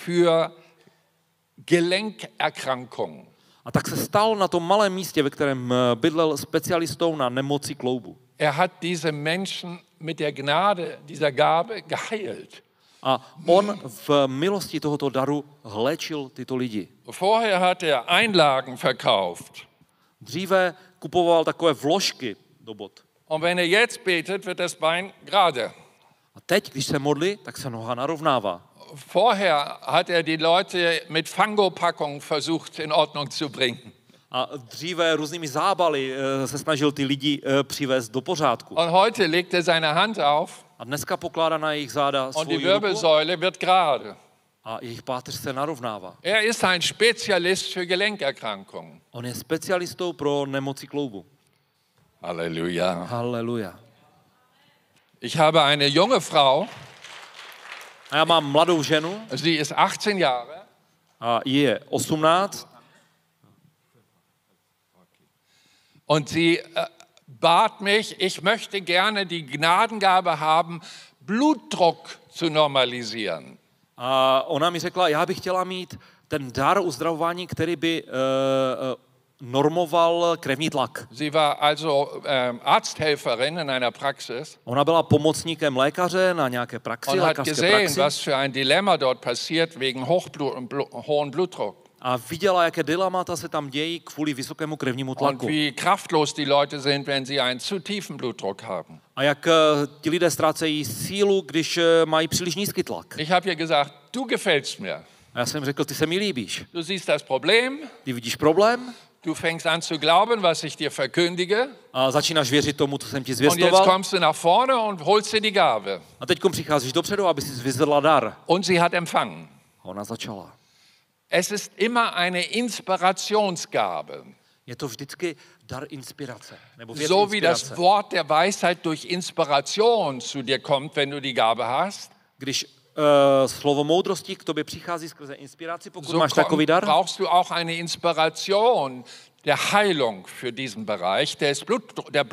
für Gelenkerkrankungen. A tak se stal na tom malém místě, ve kterém eh, bydlel specialistou na nemoci kloubu. Er hat diese Menschen mit der Gnade dieser Gabe geheilt. A on v milosti tohoto daru léčil tyto lidi. Vorher hat er Einlagen verkauft. Dříve kupoval takové vložky do bot. Und wenn er jetzt betet, wird das Bein gerade. A teď, když se modlí, tak se noha narovnává. Vorher hat er die Leute mit Fangopackungen versucht, in Ordnung zu bringen. A dříve různými zábaly eh, se snažil ty lidi eh, přivést do pořádku. Und heute legt er seine Hand auf A dneska pokládá na jejich záda und svou die ruku Wirbelsäule wird gerade. a jejich páteř se narovnává. Er ist ein Spezialist für Gelenkerkrankungen. On je specialistou pro nemoci kloubu. Halleluja. Haleluja. Ich habe eine junge Frau, A já mám mladou ženu, sie ist 18 Jahre. a jí je 18, Und sie äh, bat mich, ich möchte gerne die Gnadengabe haben, Blutdruck zu normalisieren. a ona mi řekla, já bych chtěla mít ten dar uzdravování, který by eh, eh, normoval krevní tlak. Sie war also ähm, Arzthelferin in einer Praxis Ona byla pomocníkem lékaře na nějaké praxi, und hat lékařské gesehen, praxi. was für ein Dilemma dort passiert wegen Hochblu Blu hohen Blutdruck. a viděla, jaké dilemata se tam dějí kvůli vysokému krevnímu Und tlaku. wie kraftlos die Leute sind, wenn sie einen zu tiefen Blutdruck haben. A jak eh, ti lidé ztrácejí sílu, když eh, mají příliš nízký tlak. Ich habe ihr gesagt, du gefällst mir. A já jsem jim řekl, ty se mi líbíš. Du siehst das Problem, Ty vidíš problém du fängst an zu glauben, was ich dir verkündige. a začínáš věřit tomu, co jsem ti Und jetzt zvěstoval. kommst du nach vorne und holst dir die Gabe. A teď přicházíš dopředu, aby si vyzvedla dar. A Und sie hat empfangen. ona začala. Es ist immer eine Inspirationsgabe. Je to vždycky dar inspirace. Nebo věc So wie inspirace. das Wort der Weisheit durch Inspiration zu dir kommt, wenn du die Gabe hast, Když uh, slovo moudrosti k tobě přichází skrze inspiraci, pokud so máš takový kommt, dar, brauchst du auch eine Inspiration der Heilung für diesen Bereich des Blutdru der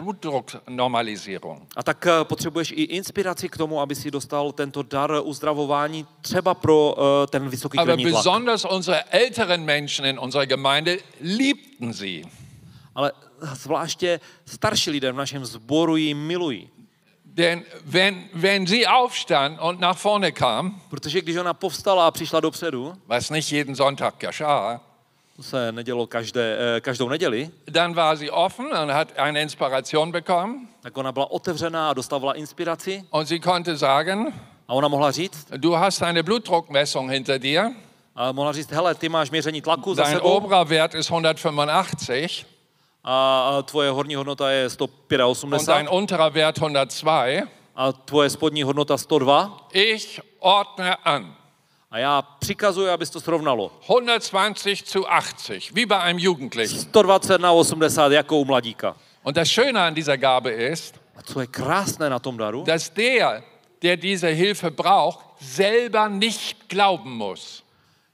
Blutdrucknormalisierung. a tak eh, potřebuješ i inspiraci k tomu, aby si dostal tento dar uzdravování třeba pro uh, ten vysoký Aber krevní tlak. besonders unsere älteren Menschen in unserer Gemeinde liebten sie. Ale zvláště starší lidé v našem sboru ji milují. Denn wenn, wenn sie aufstand und nach vorne kam, Protože když ona povstala a přišla dopředu, was nicht jeden Sonntag geschah, to se nedělo každé, eh, každou neděli, dann war sie offen und hat eine Inspiration bekommen tak ona byla otevřená a dostávala inspiraci und sie konnte sagen, a ona mohla říct, du hast eine Blutdruckmessung hinter dir, a mohla říct, hele, ty máš měření tlaku za dein sebou oberer Wert ist 185 a a tvoje horní hodnota je und dein 185 unterer Wert 102. a tvoje spodní hodnota 102 Ich ordne an. a já přikazuji, abys to srovnalo. 120 zu 80, wie bei einem Jugendlichen. 120 na 80 jako u mladíka. Und das Schöne an dieser Gabe ist, A co je krásné na tom daru, dass der, der diese Hilfe braucht, selber nicht glauben muss.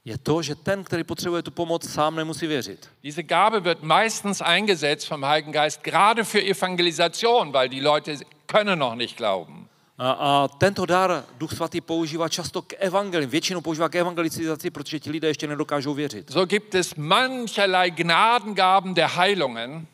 je to, že ten, který potřebuje tu pomoc, sám nemusí věřit. Diese Gabe wird meistens eingesetzt vom Heiligen Geist, gerade für Evangelisation, weil die Leute können noch nicht glauben. A, a tento dar Duch Svatý používá často k evangelium, většinou používá k evangelizaci, protože ti lidé ještě nedokážou věřit. So gibt es mancherlei Gnadengaben der Heilungen.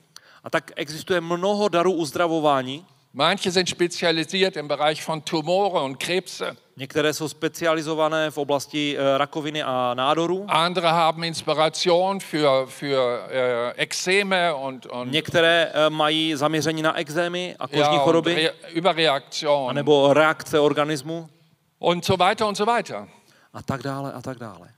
A tak existuje mnoho darů uzdravování, Manche sind spezialisiert im Bereich von Tumore und Krebse. některé jsou specializované v oblasti eh, rakoviny a nádorů, Andere haben Inspiration für, für äh, Exzeme und, und, některé eh, mají zaměření na exémy a kožní und choroby, Re Überreaktion nebo reakce organismu und so weiter und so weiter. a tak dále a tak dále.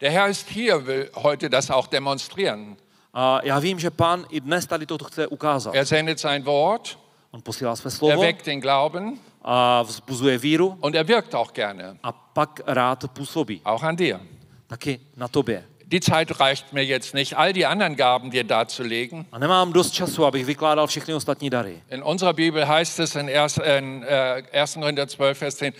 Der Herr ist hier, will heute das auch demonstrieren. A já vím, že pán i dnes tady toto chce ukázat. Er sendet sein Wort, On posílá své er slovo weckt den Glauben a vzbuzuje víru und er wirkt auch gerne, a pak rád působí. auch an dir. Taky na tobě. Die Zeit reicht mir jetzt nicht, all die anderen Gaben dir darzulegen. A nemám dost času, abych vykládal všechny ostatní dary. In unserer Bibel heißt es in 1. in, äh, 1. Korinther 12, Vers 10,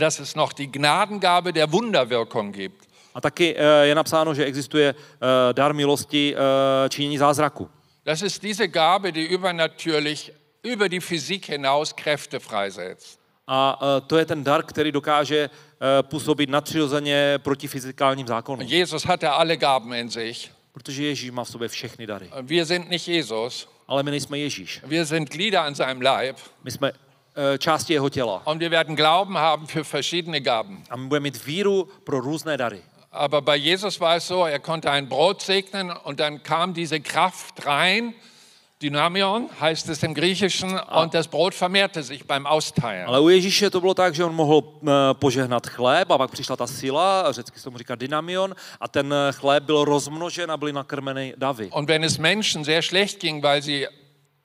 dass es noch die Gnadengabe der Wunderwirkung gibt. A taky eh, je napsáno, že existuje eh, dar milosti eh, činění zázraku. Das ist diese Gabe, die übernatürlich über die Physik hinaus Kräfte freisetzt. A eh, to je ten dar, který dokáže eh, působit nadpřirozeně proti fyzikálním zákonům. Jesus hatte alle Gaben in sich. Protože Ježíš má v sobě všechny dary. Wir sind nicht Jesus, Ale my nejsme Ježíš. wir sind Glieder an seinem Leib. My jsme eh, části jeho těla. Und wir werden Glauben haben für verschiedene Gaben. A my budeme mít víru pro různé dary. Aber bei Jesus war es so, er konnte ein Brot segnen und dann kam diese Kraft rein. Dynamion heißt es im Griechischen und das Brot vermehrte sich beim Austeilen. Ale u Ježíše to bylo tak, že on mohl eh, požehnat chléb a pak přišla ta sila, řecky se tomu říká dynamion, a ten eh, chléb byl rozmnožen a byly nakrmeny davy. Und wenn es Menschen sehr schlecht ging, weil sie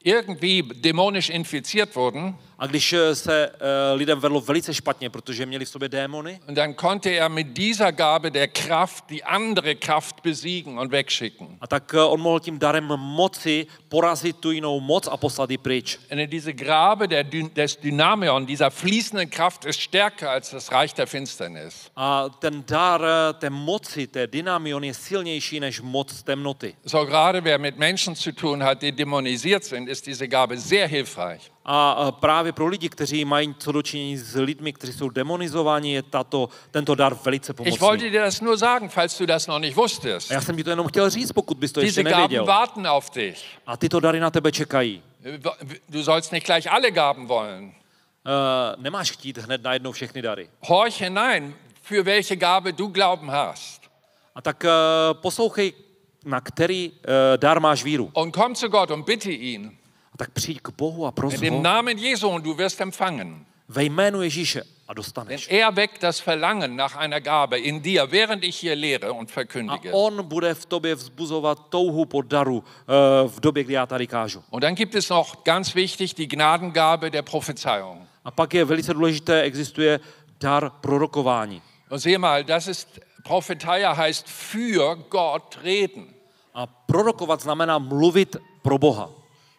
irgendwie dämonisch infiziert wurden, A když eh, se eh, lidem vedlo velice špatně, protože měli v sobě démony, und dann konnte er mit dieser Gabe der Kraft die andere Kraft besiegen und wegschicken. a tak eh, on mohl tím darem moci porazit tu jinou moc a poslat ji pryč. Denn diese Grabe der, Dyn- des Dynamion, dieser fließenden Kraft, ist stärker als das Reich der Finsternis. A ten dar eh, té moci, té dynamion je silnější než moc temnoty. So gerade wer mit Menschen zu tun hat, die dämonisiert sind, ist diese Gabe sehr hilfreich. A eh, právě pro lidi, kteří mají co dočinění s lidmi, kteří jsou demonizováni, je tato, tento dar velice Ich pomocný. wollte dir das nur sagen, falls du das noch nicht A wusstest. já jsem ti to jenom chtěl říct, pokud bys to ještě Diese Gaben nevěděl. warten auf dich. A tyto dary na tebe čekají. Du sollst nicht gleich alle Gaben wollen. Uh, nemáš chtít hned najednou všechny dary. Horch hinein, für welche Gabe du Glauben hast. A tak eh, poslouchej, na který eh, dar máš víru. Und komm zu Gott und bitte ihn A tak přijď k Bohu a pros in ho dem Namen Jesu und du wirst empfangen. ve jménu Ježíše a Denn dostaneš. er weckt das Verlangen nach einer Gabe in dir, während ich hier lehre und A verkündige. on bude v tobě vzbuzovat touhu po daru eh, v době, kdy já tady kážu. Und dann gibt es noch ganz wichtig die Gnadengabe der Prophezeiung. A pak je velice důležité, existuje dar prorokování. Und sieh mal, das ist Prophetia heißt für Gott reden. A prorokovat znamená mluvit pro Boha.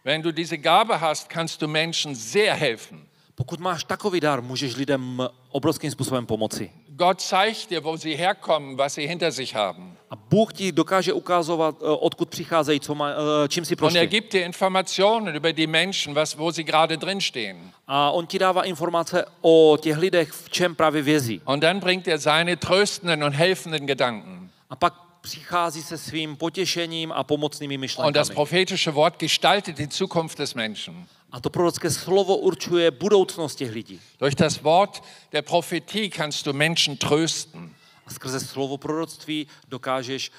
Wenn du diese Gabe hast, kannst du Menschen sehr helfen. Pokud máš takový dar, můžeš lidem obrovským způsobem pomoci. Gott zeigt dir, wo sie herkommen, was sie hinter sich haben. A Bůh ti dokáže ukázovat, eh, odkud přicházejí, co má, eh, čím si Und er prošli. gibt dir Informationen über die Menschen, was, wo sie gerade drinstehen. A on ti dává informace o těch lidech, v čem právě vězí. Und dann bringt er seine tröstenden und helfenden Gedanken. A pak přichází se svým potěšením a pomocnými Und das myšlenkami. prophetische Wort gestaltet die Zukunft des Menschen. A to prorocké slovo určuje budoucnost těch lidí. Durch das Wort der Prophetie kannst du Menschen trösten. A skrze slovo proroctví dokážeš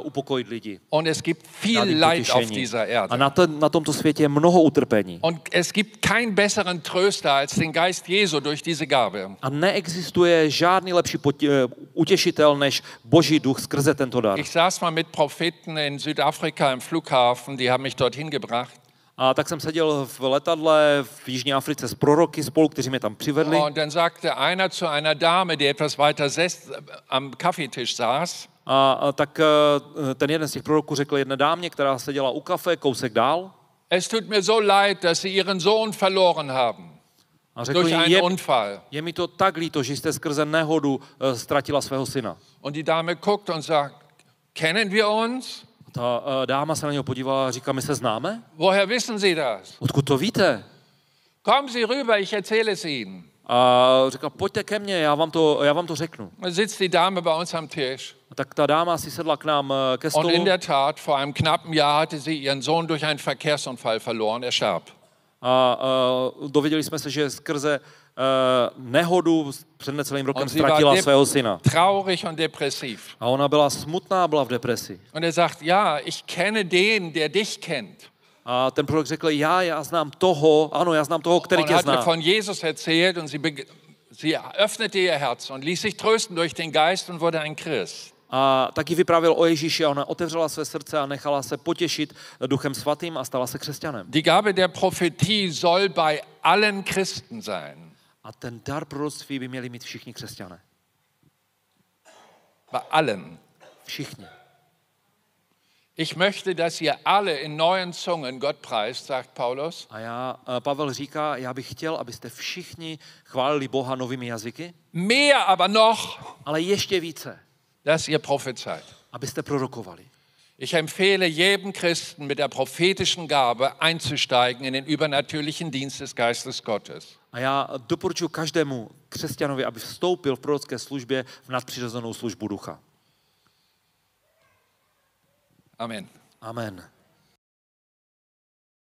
uh, upokojit lidi. Und es gibt dát viel jim Leid auf potěšení. dieser A Erde. na, ten, na tomto světě je mnoho utrpení. Und es gibt keinen besseren Tröster als den Geist Jesu durch diese Gabe. A neexistuje žádný lepší potě, eh, utěšitel než Boží duch skrze tento dar. Ich saß mal mit Propheten in Südafrika im Flughafen, die haben mich dorthin gebracht. A tak jsem seděl v letadle v Jižní Africe s proroky spolu, kteří mě tam přivedli. Und dann sagte einer zu einer Dame, die etwas weiter ses- am Kaffeetisch saß, A, a tak eh, ten jeden z těch proroků řekl jedné dámě, která seděla u kafe kousek dál, es tut mir so leid, dass Sie Ihren Sohn verloren haben a řekl durch jí, einen je, Unfall. je mi to tak líto, že jste skrze nehodu eh, ztratila svého syna. Und die Dame guckt und sagt, kennen wir uns? Ta eh, dáma se na něho podívala a říká, my se známe? Woher wissen Sie das? Odkud to víte? Kommen Sie rüber, ich erzähle es Ihnen. A říká, pojďte ke mně, já vám to, já vám to řeknu. Dann sitzt die Dame bei uns am Tisch. A tak ta dáma si sedla k nám eh, ke Und in stolu der Tat, vor einem knappen Jahr hatte sie ihren Sohn durch einen Verkehrsunfall verloren. Er starb. a eh, dověděli jsme se, že skrze eh, nehodu s- před necelým rokem On si vás ztratila je- svého syna. Traurig und depressiv. A ona byla smutná, byla v depresi. Und er sagt, ja, ich kenne den, der dich kennt. A ten prorok řekl, já, já znám toho, ano, já znám toho, který Und tě hat ihr zná. von Jesus erzählt und sie, beg- sie öffnete ihr Herz und ließ sich trösten durch den Geist und wurde ein Christ. A taky vyprávěl o Ježíši a ona otevřela své srdce a nechala se potěšit duchem svatým a stala se křesťanem. Die Gabe der Prophetie soll bei allen Christen sein. A ten dar proroctví by měli mít všichni křesťané. Bei allen. Všichni. Ich möchte, dass ihr alle in neuen Zungen Gott preist, sagt Paulus. A já, eh, Pavel říká, já bych chtěl, abyste všichni chválili Boha novými jazyky, Mehr aber noch, ale ještě více, dass ihr prophezeit. abyste prorokovali. Ich empfehle jedem Christen mit der prophetischen Gabe einzusteigen in den übernatürlichen Dienst des Geistes Gottes. A já doporučuji každému křesťanovi, aby vstoupil v prorocké službě v nadpřirozenou službu ducha. Amen. Amen.